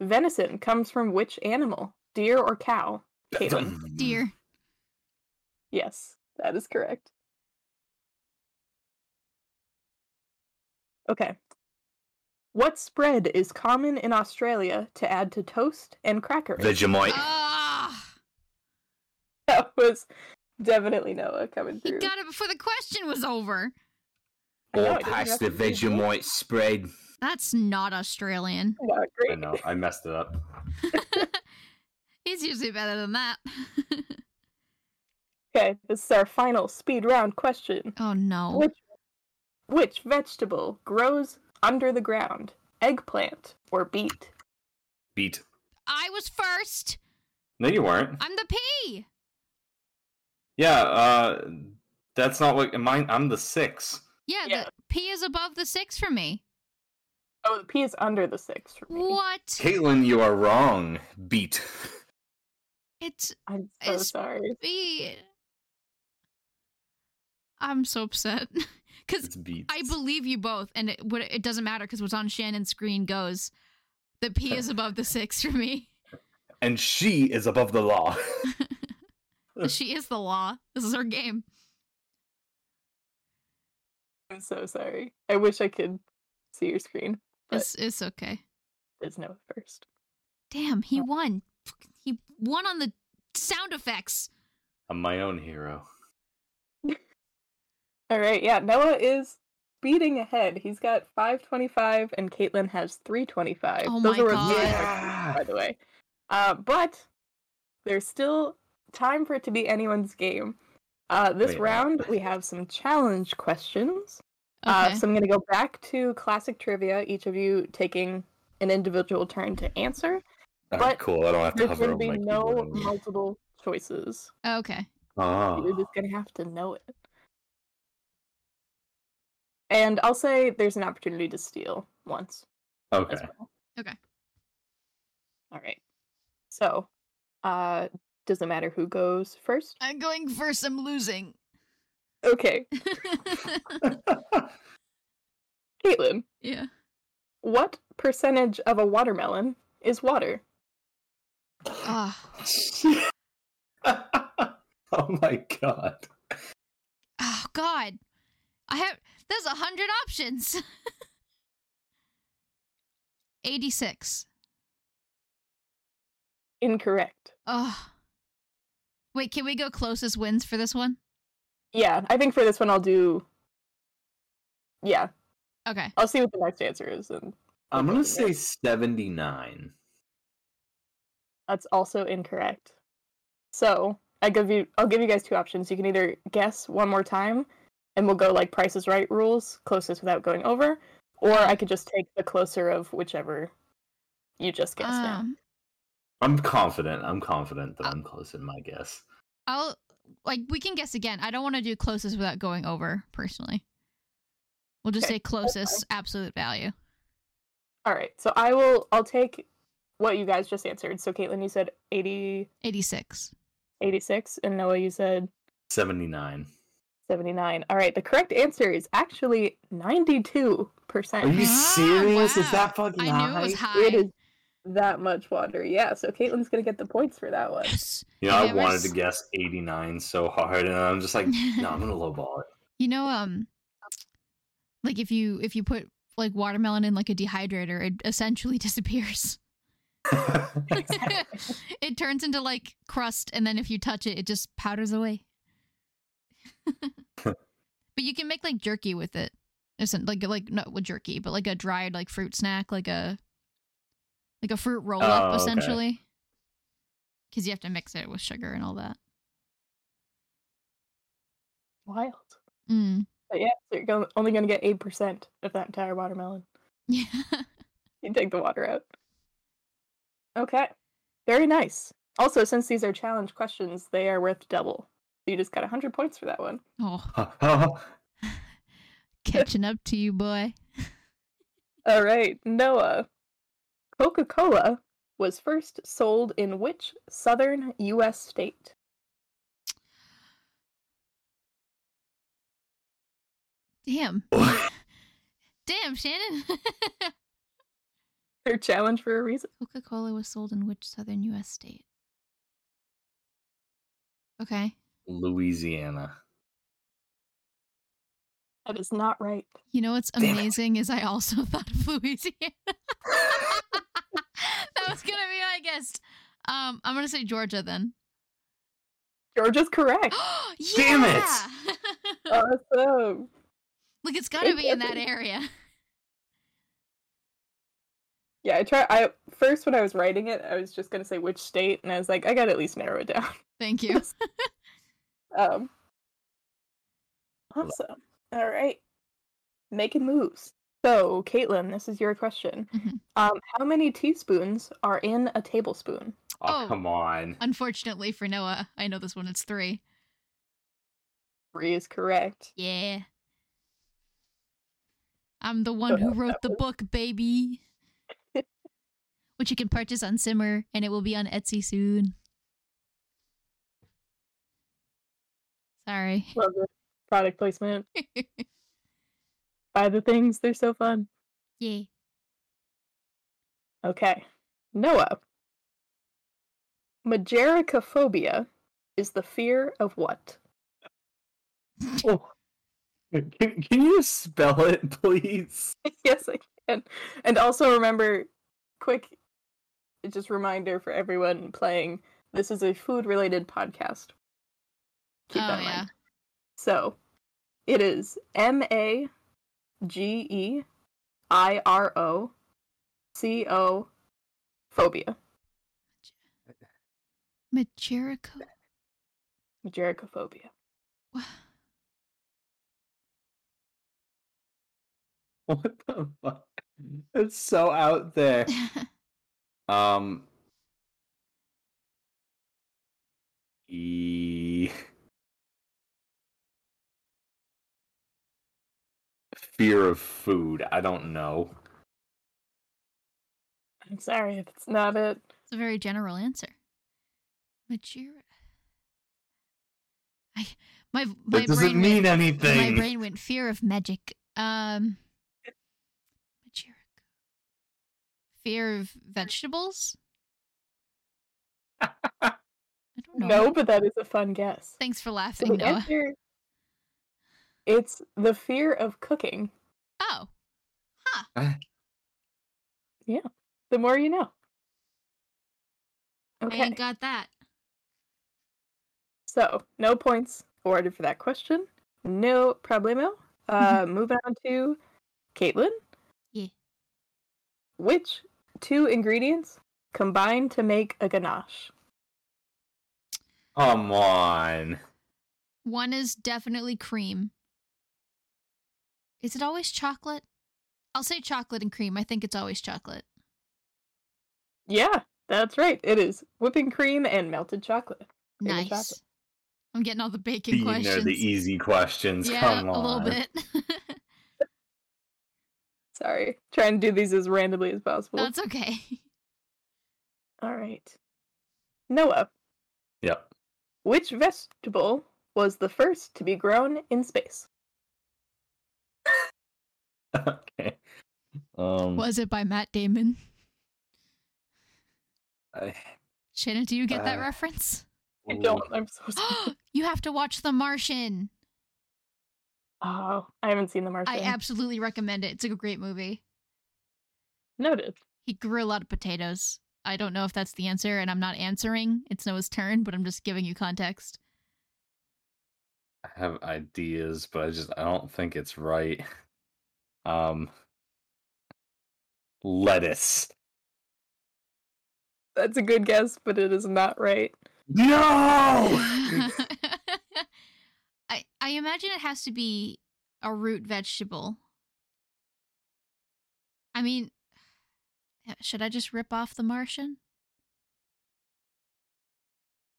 B: venison comes from which animal? Deer or cow? Caitlin.
A: Dear.
B: Yes, that is correct. Okay. What spread is common in Australia to add to toast and crackers?
C: Vegemite.
A: Ah,
B: that was definitely Noah coming
A: he
B: through.
A: got it before the question was over.
B: I know, I
C: Or
B: didn't
C: past
B: have
C: the
B: to read it.
C: Vegemite spread.
A: That's not Australian.
B: Yeah,
C: I
B: great.
C: know. I messed it up.
A: He's usually better than that.
B: Okay, this is our final speed round question.
A: oh no.
B: Which which vegetable grows under the ground? Eggplant or beet?
C: Beat.
A: I was first.
C: No, you weren't.
A: I'm the P.
C: Yeah. Uh, that's not what mine. I'm the six.
A: Yeah,
B: Yeah.
A: the P is above the six for me.
B: Oh, the P is under the six for me.
A: What?
C: Caitlin, you are wrong. Beat.
A: It's
B: I'm so
A: It's-
B: sorry.
A: B. I'm so upset because
C: It's beat.
A: I believe you both, and it what it doesn't matter because what's on Shannon's screen goes. The P is above the six for me.
C: and she is above the law.
A: She is the law. This is her game.
B: I'm so sorry. I wish I could see your screen. But-
A: It's it's okay.
B: There's no first.
A: Damn,
B: Uh,
A: he won. Fucking- He won on the sound effects.
C: I'm my own hero.
B: All right, yeah, Noah is speeding ahead. He's got 525 and Caitlin has 325.
A: Oh
B: Those
A: my
B: are really
A: God.
B: high scores, by the way. Uh, but there's still time for it to be anyone's game. Uh, this
C: Wait, uh,
B: round, we have some challenge questions.
A: Okay.
B: Uh, so I'm going to go back to classic trivia, each of you taking an individual turn to answer.
E: All
B: But
E: right, cool. I don't have to
B: There's
E: hover
B: going to
E: over
B: be
E: my
B: no
E: keyboard. anymore.
B: multiple choices.
A: okay.
B: You're
C: Oh.
B: just gonna have to know it. And I'll say there's an opportunity to steal once as
C: Okay.
B: well.
A: Okay.
B: All right. So, uh, doesn't matter who goes first.
A: I'm going first. I'm losing.
B: Okay, Caitlin,
A: yeah.
B: what percentage of a watermelon is water?
A: Ah,
C: oh my god.
A: oh God. I have. There's a hundred options. Eighty-six.
B: Incorrect.
A: Oh. Wait, can we go closest wins for this one?
B: Yeah, I think for this one I'll do. Yeah,
A: Okay.
B: I'll see what the next answer is, and
C: I'm gonna say 79.
B: That's also incorrect. So I give you, I'll give you guys two options. You can either guess one more time, and we'll go like Price is Right rules, closest without going over, or I could just take the closer of whichever you just guessed. at.
A: Um,
C: I'm confident. I'm confident that I'm close in my guess.
A: I'll like we can guess again. I don't want to do closest without going over personally. We'll just
B: Okay,
A: say closest absolute value.
B: All right, so I will, I'll take what you guys just answered. So Caitlin, you said 80,
A: 86.
B: 86, and Noah, you said
C: 79.
B: 79. All right, the correct answer is actually 92
C: Are
B: percent.
C: you
A: Ah,
C: serious?
A: wow.
C: Is that fucking
A: I
C: high?
A: knew it was high.
B: It is that much water. Yeah, so Caitlin's gonna get the points for that one.
A: Yes.
C: You know,
A: Have
C: I
A: you ever
C: wanted to
A: s-
C: guess 89 so hard, and I'm just like, no, I'm gonna lowball it.
A: You know, um, like if you if you put like watermelon in like a dehydrator, it essentially disappears. it turns into like crust, and then if you touch it, it just powders away. but you can make like jerky with it. Isn't like like not with jerky, but like a dried like fruit snack, like a like a fruit roll
C: Oh,
A: up
C: okay.
A: essentially. Because you have to mix it with sugar and all that.
B: Wild.
A: Mm.
B: But yeah, so you're go- only gonna get eight percent of that entire watermelon.
A: Yeah.
B: You take the water out. Okay. Very nice. Also, since these are challenge questions, they are worth double You just got 100 points for that one.
A: Oh,
C: Ha, ha, ha.
A: catching up to you, boy.
B: All right, Noah. Coca Cola was first sold in which southern U.S. state?
A: Damn. Damn, Shannon.
B: Their challenge for a reason.
A: Coca Cola was sold in which southern U.S. state? Okay.
C: Louisiana.
B: That is not right.
A: You know what's
C: Damn it.
A: amazing is I also thought of Louisiana. that was gonna be my guess. Um, I'm gonna say Georgia then.
B: Georgia's correct.
A: yeah!
C: Damn it!
B: awesome.
A: Look, it's gotta be in that
B: It-
A: area.
B: Yeah, I try. I first when I was writing it, I was just gonna say which state, and I was like, I gotta at least narrow it down.
A: Thank you.
B: Um, awesome. All right. Making moves. So, Caitlin, this is your question.
A: Mhm.
B: Um, how many teaspoons are in a tablespoon?
C: Oh,
A: Oh.
C: come on.
A: Unfortunately for Noah, I know this one. It's three.
B: Three is correct.
A: Yeah. I'm the one who wrote the book, baby. Which you can purchase on Simmer, and it will be on Etsy soon. Sorry.
B: Love it. Product placement. Buy the things, they're so fun.
A: yeah.
B: Okay. Noah. Majericophobia is the fear of what?
C: Oh. Can, can you spell it, please?
B: yes, I can. And also remember, quick, just reminder for everyone playing. This is a food-related podcast. Keep
A: oh,
B: that in
A: yeah.
B: mind. So, it is M A G E I R O C O phobia,
A: Majerico.
B: Jerichophobia.
A: Wha-
C: What the fuck? It's so out there. Um. E. Fear of food. I don't know.
B: I'm sorry if it's not it.
A: It's a very general answer. Majira. I my my
C: That doesn't
A: brain
C: mean
A: went, my
C: anything.
A: brain went fear of magic. Um, Majira. Fear of vegetables. I don't know.
B: No, but that is a fun guess.
A: Thanks for
B: So
A: laughing,
B: the
A: Noah.
B: answer- it's the fear of cooking.
A: Oh,
B: The more you know.
A: I
B: Okay,
A: ain't got that.
B: so no points awarded for that question. No problemo. Uh, moving on to Caitlin.
A: Yeah.
B: Which two ingredients combine to make a ganache?
C: Come on.
A: One is definitely cream. Is it always chocolate? I'll say chocolate and cream. I think it's always chocolate.
B: Yeah, that's right. It is whipping cream and melted chocolate. Cream and chocolate.
A: Nice. I'm getting all the baking
C: Being
A: questions.
C: there, the easy questions.
A: yeah,
C: Come on.
A: a little bit.
B: Sorry, trying to do these as randomly as possible.
A: That's okay.
B: All right. Noah,
C: Yep.
B: which vegetable was the first to be grown in space?
C: okay. Um.
A: Was it by Matt Damon?
C: I-
A: Shannon, do you get that
C: Uh,
A: reference?
B: I don't. I'm so sorry.
A: you have to watch The Martian.
B: oh, I haven't seen The Martian.
A: I absolutely recommend it. It's a great movie.
B: noted.
A: He grew a lot of potatoes. I don't know if that's the answer, and I'm not answering. It's Noah's turn, but I'm just giving you context.
C: I have ideas, but I just I don't think it's right. Um. Lettuce.
B: That's a good guess, but it is not right.
C: No.
A: I I imagine it has to be a root vegetable. I mean, should I just rip off the Martian?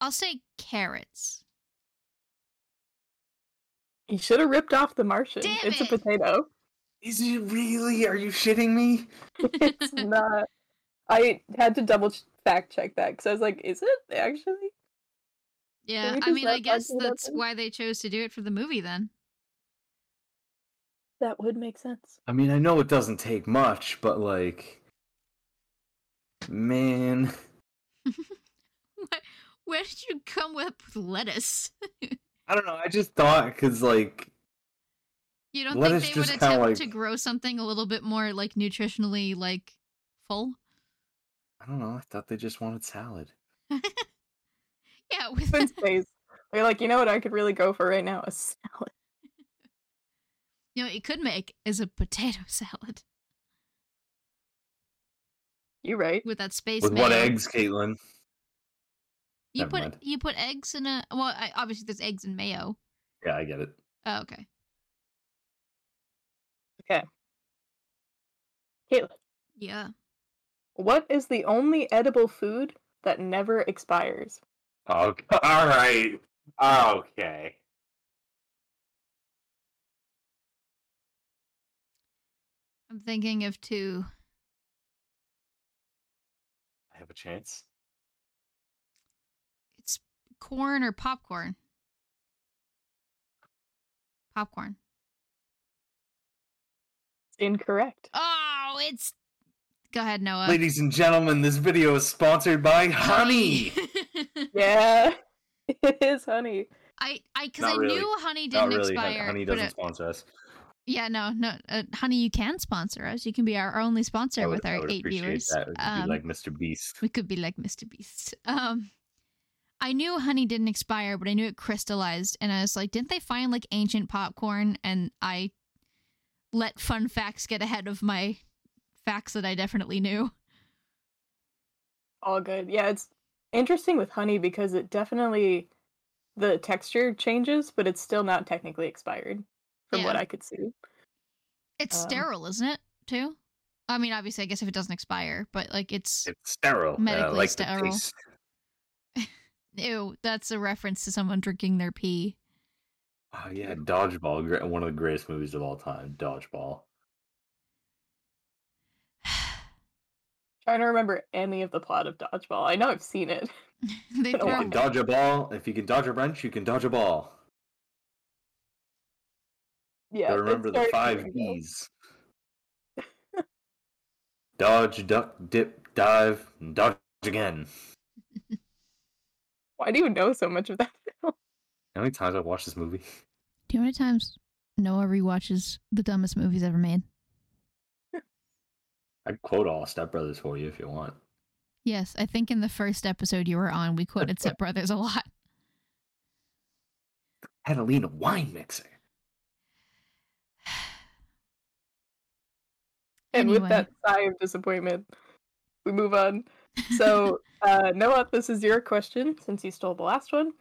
A: I'll say carrots.
B: You should have ripped off the Martian.
A: Damn
B: it's
A: it.
B: a potato.
C: Is it really? Are you shitting me?
B: it's not. I had to double ch- fact check that because I was like, is it actually?
A: Yeah,
B: we
A: I
B: just
A: mean,
B: let
A: I guess
B: Bugsy
A: that's
B: open?
A: why they chose to do it for the movie then.
B: That would make sense.
C: I mean, I know it doesn't take much, but like, man,
A: Where did you come with lettuce?
C: I don't know. I just thought because like
A: You don't
C: Lettuce
A: think they would
C: just kinda
A: attempt to
C: like-
A: grow something a little bit more like nutritionally like full?
C: I don't know. I thought they just wanted salad.
A: Yeah, with
B: Open space. They're like, you know what? I could really go for right now a salad.
A: you know, what it could make is a potato salad
B: You right?
A: with that space
C: With what
A: mayo.
C: eggs, Caitlin?
A: You
C: Never
A: put
C: mind.
A: you put eggs in a well, I, obviously there's eggs and mayo.
C: Yeah, I get it.
A: Oh, okay.
B: Caitlin,
A: Yeah.
B: what is the only edible food that never expires?
C: Oh,
E: Okay. All right. Okay.
A: I'm thinking of two.
E: I have a chance.
A: It's corn or popcorn. Popcorn.
B: It's incorrect.
A: Oh, it's Go ahead, Noah.
C: Ladies and gentlemen, this video is sponsored by Honey.
B: Yeah, it is honey.
A: I I cuz
C: Not
A: I
C: really.
A: knew honey
C: Not
A: didn't
C: really. Hon-
A: expire.
C: Honey
A: but
C: doesn't
A: it-
C: sponsor us.
A: Yeah, no, no, uh, honey, you can sponsor us. You can be our only sponsor
C: I would-
A: with
C: I
A: our
C: would
A: eight
C: appreciate
A: viewers.
C: That. It could be
A: Um,
C: like Mr. Beast.
A: we could be like Mr. Beast. Um, I knew honey didn't expire, but I knew it crystallized, and I was like, didn't they find like ancient popcorn? And I let fun facts get ahead of my facts that I definitely knew.
B: All good. Yeah, it's interesting with honey because it definitely the texture changes, but it's still not technically expired from what
A: Yeah.
B: I could see.
A: It's
B: Um,
A: sterile, isn't it? Too. I mean, obviously, I guess if it doesn't expire, but like it's
C: It's sterile. and I
A: medically
C: like the
A: sterile.
C: taste.
A: ew. That's a reference to someone drinking their pee.
C: Oh yeah, Dodgeball, gre- one of the greatest movies of all time. Dodgeball.
B: Trying to remember any of the plot of Dodgeball. I know I've seen it.
A: they
B: Oh,
C: If you
A: throw
C: can dodge a ball, if you can dodge a wrench, you can dodge a ball.
B: Yeah,
C: I
B: it
C: remember the
B: started
C: five
B: years ago.
C: D's. dodge, duck, dip, dive, and dodge again.
B: Why do you know so much of that?
C: How many times I watched this movie?
A: Do you know how many times Noah rewatches the dumbest movies ever made?
C: I'd quote all Step Brothers for you if you want.
A: Yes, I think in the first episode you were on, we quoted Step Brothers a lot.
C: Catalina wine mixer.
B: And
A: Anyway.
B: with that sigh of disappointment, we move on. So, uh, Noah, this is your question since you stole the last one.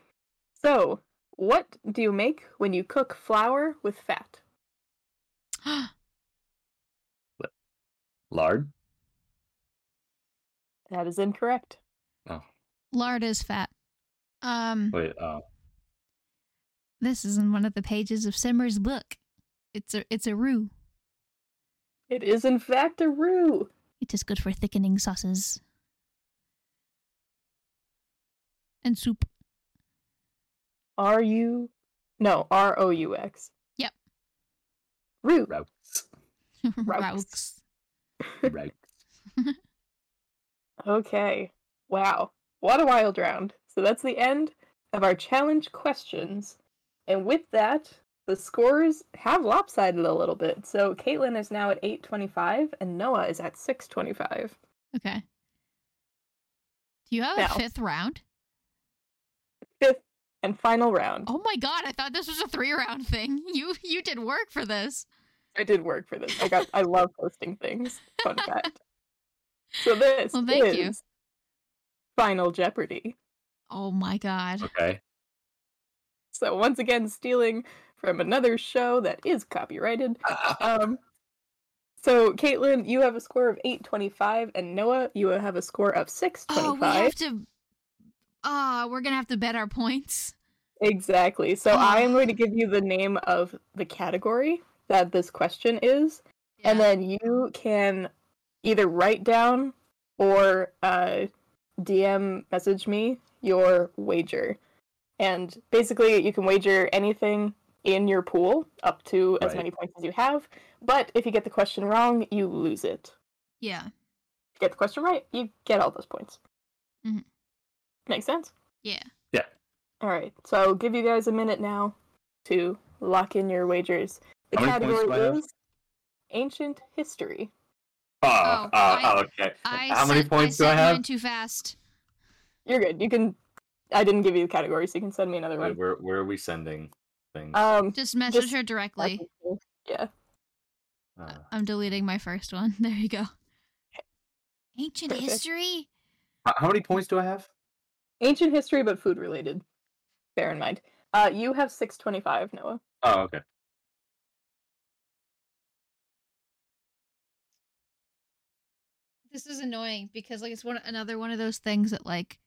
B: So, what do you make when you cook flour with fat?
C: Lard?
B: That is incorrect.
A: Lard is fat. Um,
C: Wait, uh,
A: this is in one of the pages of Simmer's book. It's a it's a roux.
B: It is, in fact, a roux.
A: It is good for thickening sauces and soup.
B: R U. No, R O U X.
A: Yep.
B: Roux.
C: routes.
A: Roux.
C: Routes.
B: Okay. Wow. What a wild round. So that's the end of our challenge questions. And with that, the scores have lopsided a little bit. So Caitlin is now at 825 and Noah is at 625.
A: Okay. Do you have
B: Now.
A: a fifth round?
B: Fifth and final round.
A: Oh my god! I thought this was a three round thing. You you did work for this.
B: I did work for this. I got I love posting things. Fun fact. So this
A: Well, thank
B: is
A: you.
B: Final Jeopardy.
A: Oh my god.
C: Okay.
B: So once again stealing from another show that is copyrighted.
C: Oh,
B: Um, so Caitlin, you have a score of eight twenty-five, and Noah, you have a score of six
A: Oh, we have
B: twenty-five.
A: to. Ah, we're gonna have to bet our points.
B: Exactly. So
A: Oh.
B: I am going to give you the name of the category that this question is, and
A: Yeah.
B: then you can either write down or uh, DM message me your wager. And basically, you can wager anything in your pool up to as
C: Right.
B: many points as you have. But if you get the question wrong, you lose it.
A: yeah.
B: If you get the question right, you get all those points.
A: Mhm.
B: Make sense?
A: Yeah.
B: All right, so I'll give you guys a minute now to lock in your wagers. The
C: How many points
B: category
C: do I have?
B: is ancient history.
E: Oh,
A: Oh,
C: uh,
E: oh,
A: I-
E: okay.
A: I
E: How many
A: sent-
E: points do
A: I
E: I
A: sent
E: have?
A: Mine too fast.
B: You're good. You can. I didn't give you the category, so you can send me another
C: Wait,
B: one.
C: where, where are we sending things?
B: Um,
A: Just message
B: Just-
A: her directly.
C: Uh,
A: I'm deleting my first one. There you go. Ancient
B: Perfect.
A: history.
C: h- how many points do I have?
B: ancient history, but food related. Bear in mind. Uh, you have six twenty-five, Noah.
C: Oh, okay.
A: This is annoying because like it's one another one of those things that like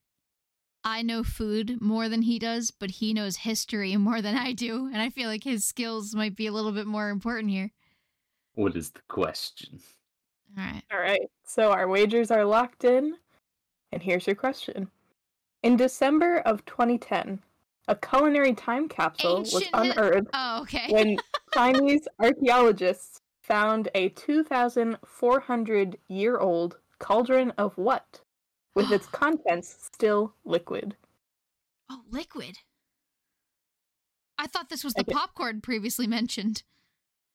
A: I know food more than he does, but he knows history more than I do, and I feel like his skills might be a little bit more important here.
C: What is the question?
A: All right.
B: All right. So our wagers are locked in, and here's your question. In December of 2010, a culinary time capsule was
A: Ancient hi-
B: unearthed
A: Oh, okay.
B: when Chinese archaeologists found a 2,400 year old cauldron of what? With its contents still liquid.
A: Oh, liquid. I thought this was the
B: Okay.
A: popcorn previously mentioned.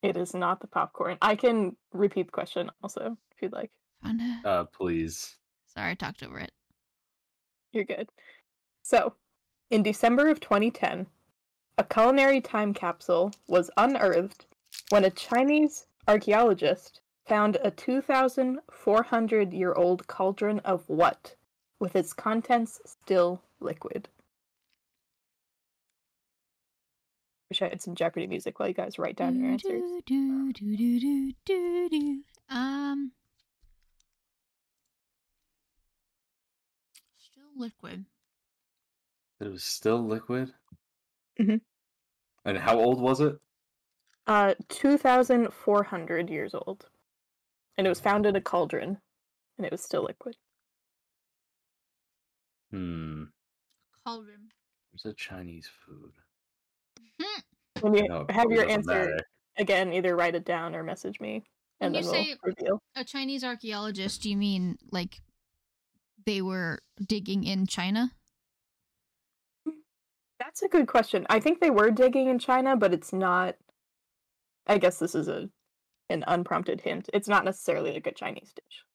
B: It is not the popcorn. I can repeat the question also if you'd like.
A: Found a-
B: Oh.
C: Uh, please.
A: Sorry, I talked over it.
B: You're good. So, in December of 2010, a culinary time capsule was unearthed when a Chinese archaeologist found a 2,400 year old cauldron of what, with its contents still liquid. Wish I had some Jeopardy music while you guys write down
A: Mm,
B: your answers.
A: Do, do, do, do, do, do, do. Um, still liquid.
C: It was still liquid? Mm-hmm.
B: Mhm.
C: And how old was it?
B: Uh, 2,400 years old. And it was found in a cauldron, and it was still liquid.
C: Hmm.
A: Cauldron.
C: It was a Chinese food.
B: When you
C: No, it
B: have
C: probably
B: your
C: doesn't
B: answer again, either write it down or message me, and
A: When
B: then
A: you
B: we'll
A: say-
B: reveal.
A: A Chinese archaeologist. Do you mean like they were digging in China?
B: That's a good question. I think they were digging in China, but it's not. I guess this is a an unprompted hint. It's not necessarily like a Chinese dish.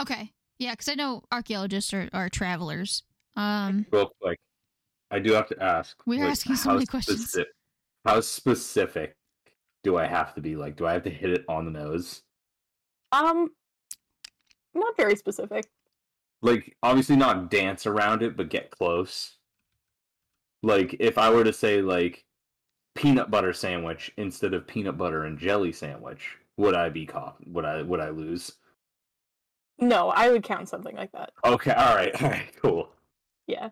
A: Okay. Yeah, because I know archaeologists are, are travelers. Um,
C: Real quick, I do have to ask.
A: We are asking so
C: how
A: many questions.
C: specific- how specific do I have to be? Like, do I have to hit it on the nose?
B: Um, not very specific.
C: Like, obviously not dance around it, but get close. Like, if I were to say like peanut butter sandwich instead of peanut butter and jelly sandwich, would I be caught? Would I? Would I lose?
B: No, I would count something like that.
C: Okay. All right. All right. Cool.
B: Yeah.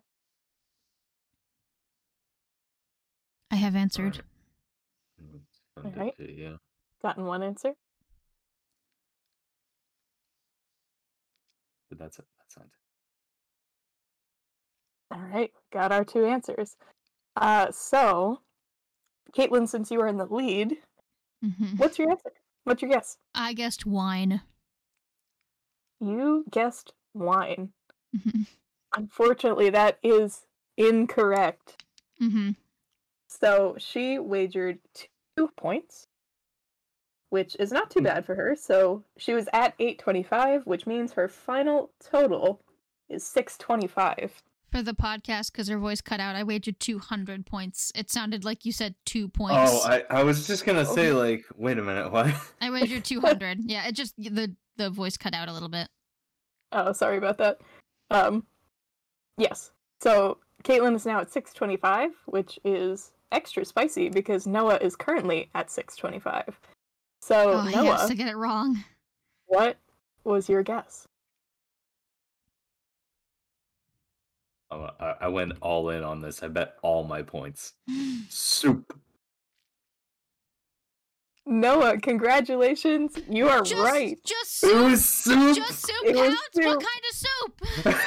A: I have answered.
C: All right.
B: Alright. Gotten one answer.
C: But that's it. That's it.
B: All right, got our two answers. Uh, so, Caitlin, since you are in the lead,
A: hmm
B: what's your answer? What's your guess?
A: I guessed wine.
B: You guessed wine.
A: Mhm.
B: Unfortunately, that is incorrect.
A: Mhm.
B: So she wagered two points, which is not too bad for her. So she was at 825, which means her final total is 625.
A: for the podcast because her voice cut out. I wagered 200 points. It sounded like you said two points.
C: Oh, I, I was just gonna say like, wait a minute, what?
A: I wagered 200. yeah, it just the the voice cut out a little bit.
B: Oh, sorry about that. Um, yes. So Caitlin is now at 625, which is extra spicy because Noah is currently at 625. So,
A: Oh,
B: Noah.
A: I guess I get it wrong.
B: What was your guess?
C: Um, I, I went all in on this. I bet all my points. Soup.
B: Noah, congratulations. You are
A: just,
B: right.
A: Just
C: It
A: soup.
C: was soup.
A: Just soup
B: It was
A: counts. What
B: soup.
A: kind of soup?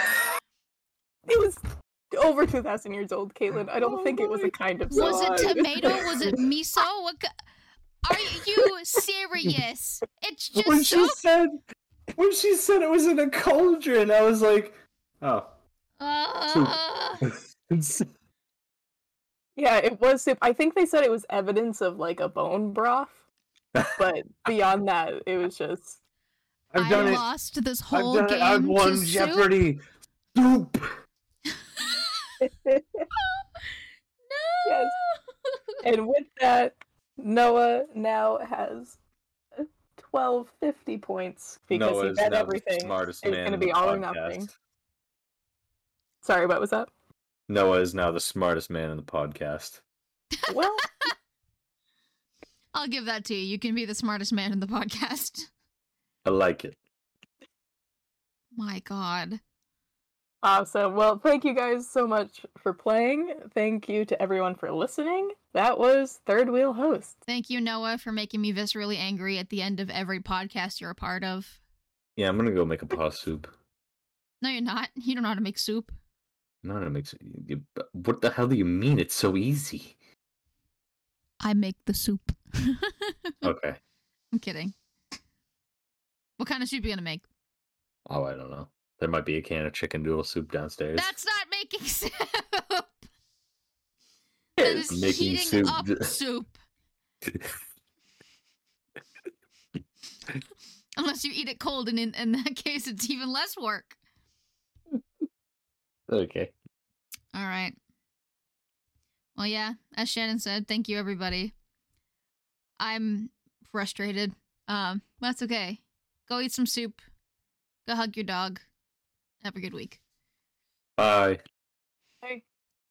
C: it
B: It was over 2,000 years old, Caitlin. I don't
C: Oh
B: think it was
C: my
B: a kind of
A: Was
B: salad.
A: it tomato? Was it miso? What? ki- Are you serious? It's just
C: when she
A: soup.
C: said, when she said it was in a cauldron, I was like, oh,
A: Uh,
C: it's
B: Yeah, it was soup. I think they said it was evidence of like a bone broth, but beyond that, it was just
C: I've
A: I
C: done it.
A: lost this
C: I've
A: whole
C: done
A: game
C: it. I've
A: to
C: won
A: soup.
C: Jeopardy. Soup.
A: No.
B: Yes. and with that, Noah now has 1250 points because
C: Noah
B: he
C: is
B: bet
C: now the
B: everything.
C: Smartest
B: It's
C: man
B: gonna
C: in the
B: be all or
C: podcast.
B: nothing. Sorry, what was that?
C: Noah is now the smartest man in the podcast.
B: Well,
A: I'll give that to you. You can be the smartest man in the podcast.
C: I like it.
A: My God.
B: awesome. Well, thank you guys so much for playing. Thank you to everyone for listening. That was Third Wheel Host.
A: Thank you, Noah, for making me viscerally angry at the end of every podcast you're a part of.
C: Yeah, I'm gonna go make a paw soup.
A: No, you're not. You don't know how to make soup.
C: No, no, it makes you- but What the hell do you mean? It's so easy.
A: I make the soup.
C: Okay.
A: I'm kidding. What kind of soup you gonna make?
C: Oh, I don't know. There might be a can of chicken noodle soup downstairs.
A: That's not making soup. That is
C: I'm making
A: heating
C: soup.
A: up soup. Unless you eat it cold, and in, in that case, it's even less work.
C: okay.
A: All right. Well, yeah, as Shannon said, thank you, everybody. I'm frustrated. Um, that's okay. Go eat some soup. Go hug your dog. Have a good week.
C: Bye.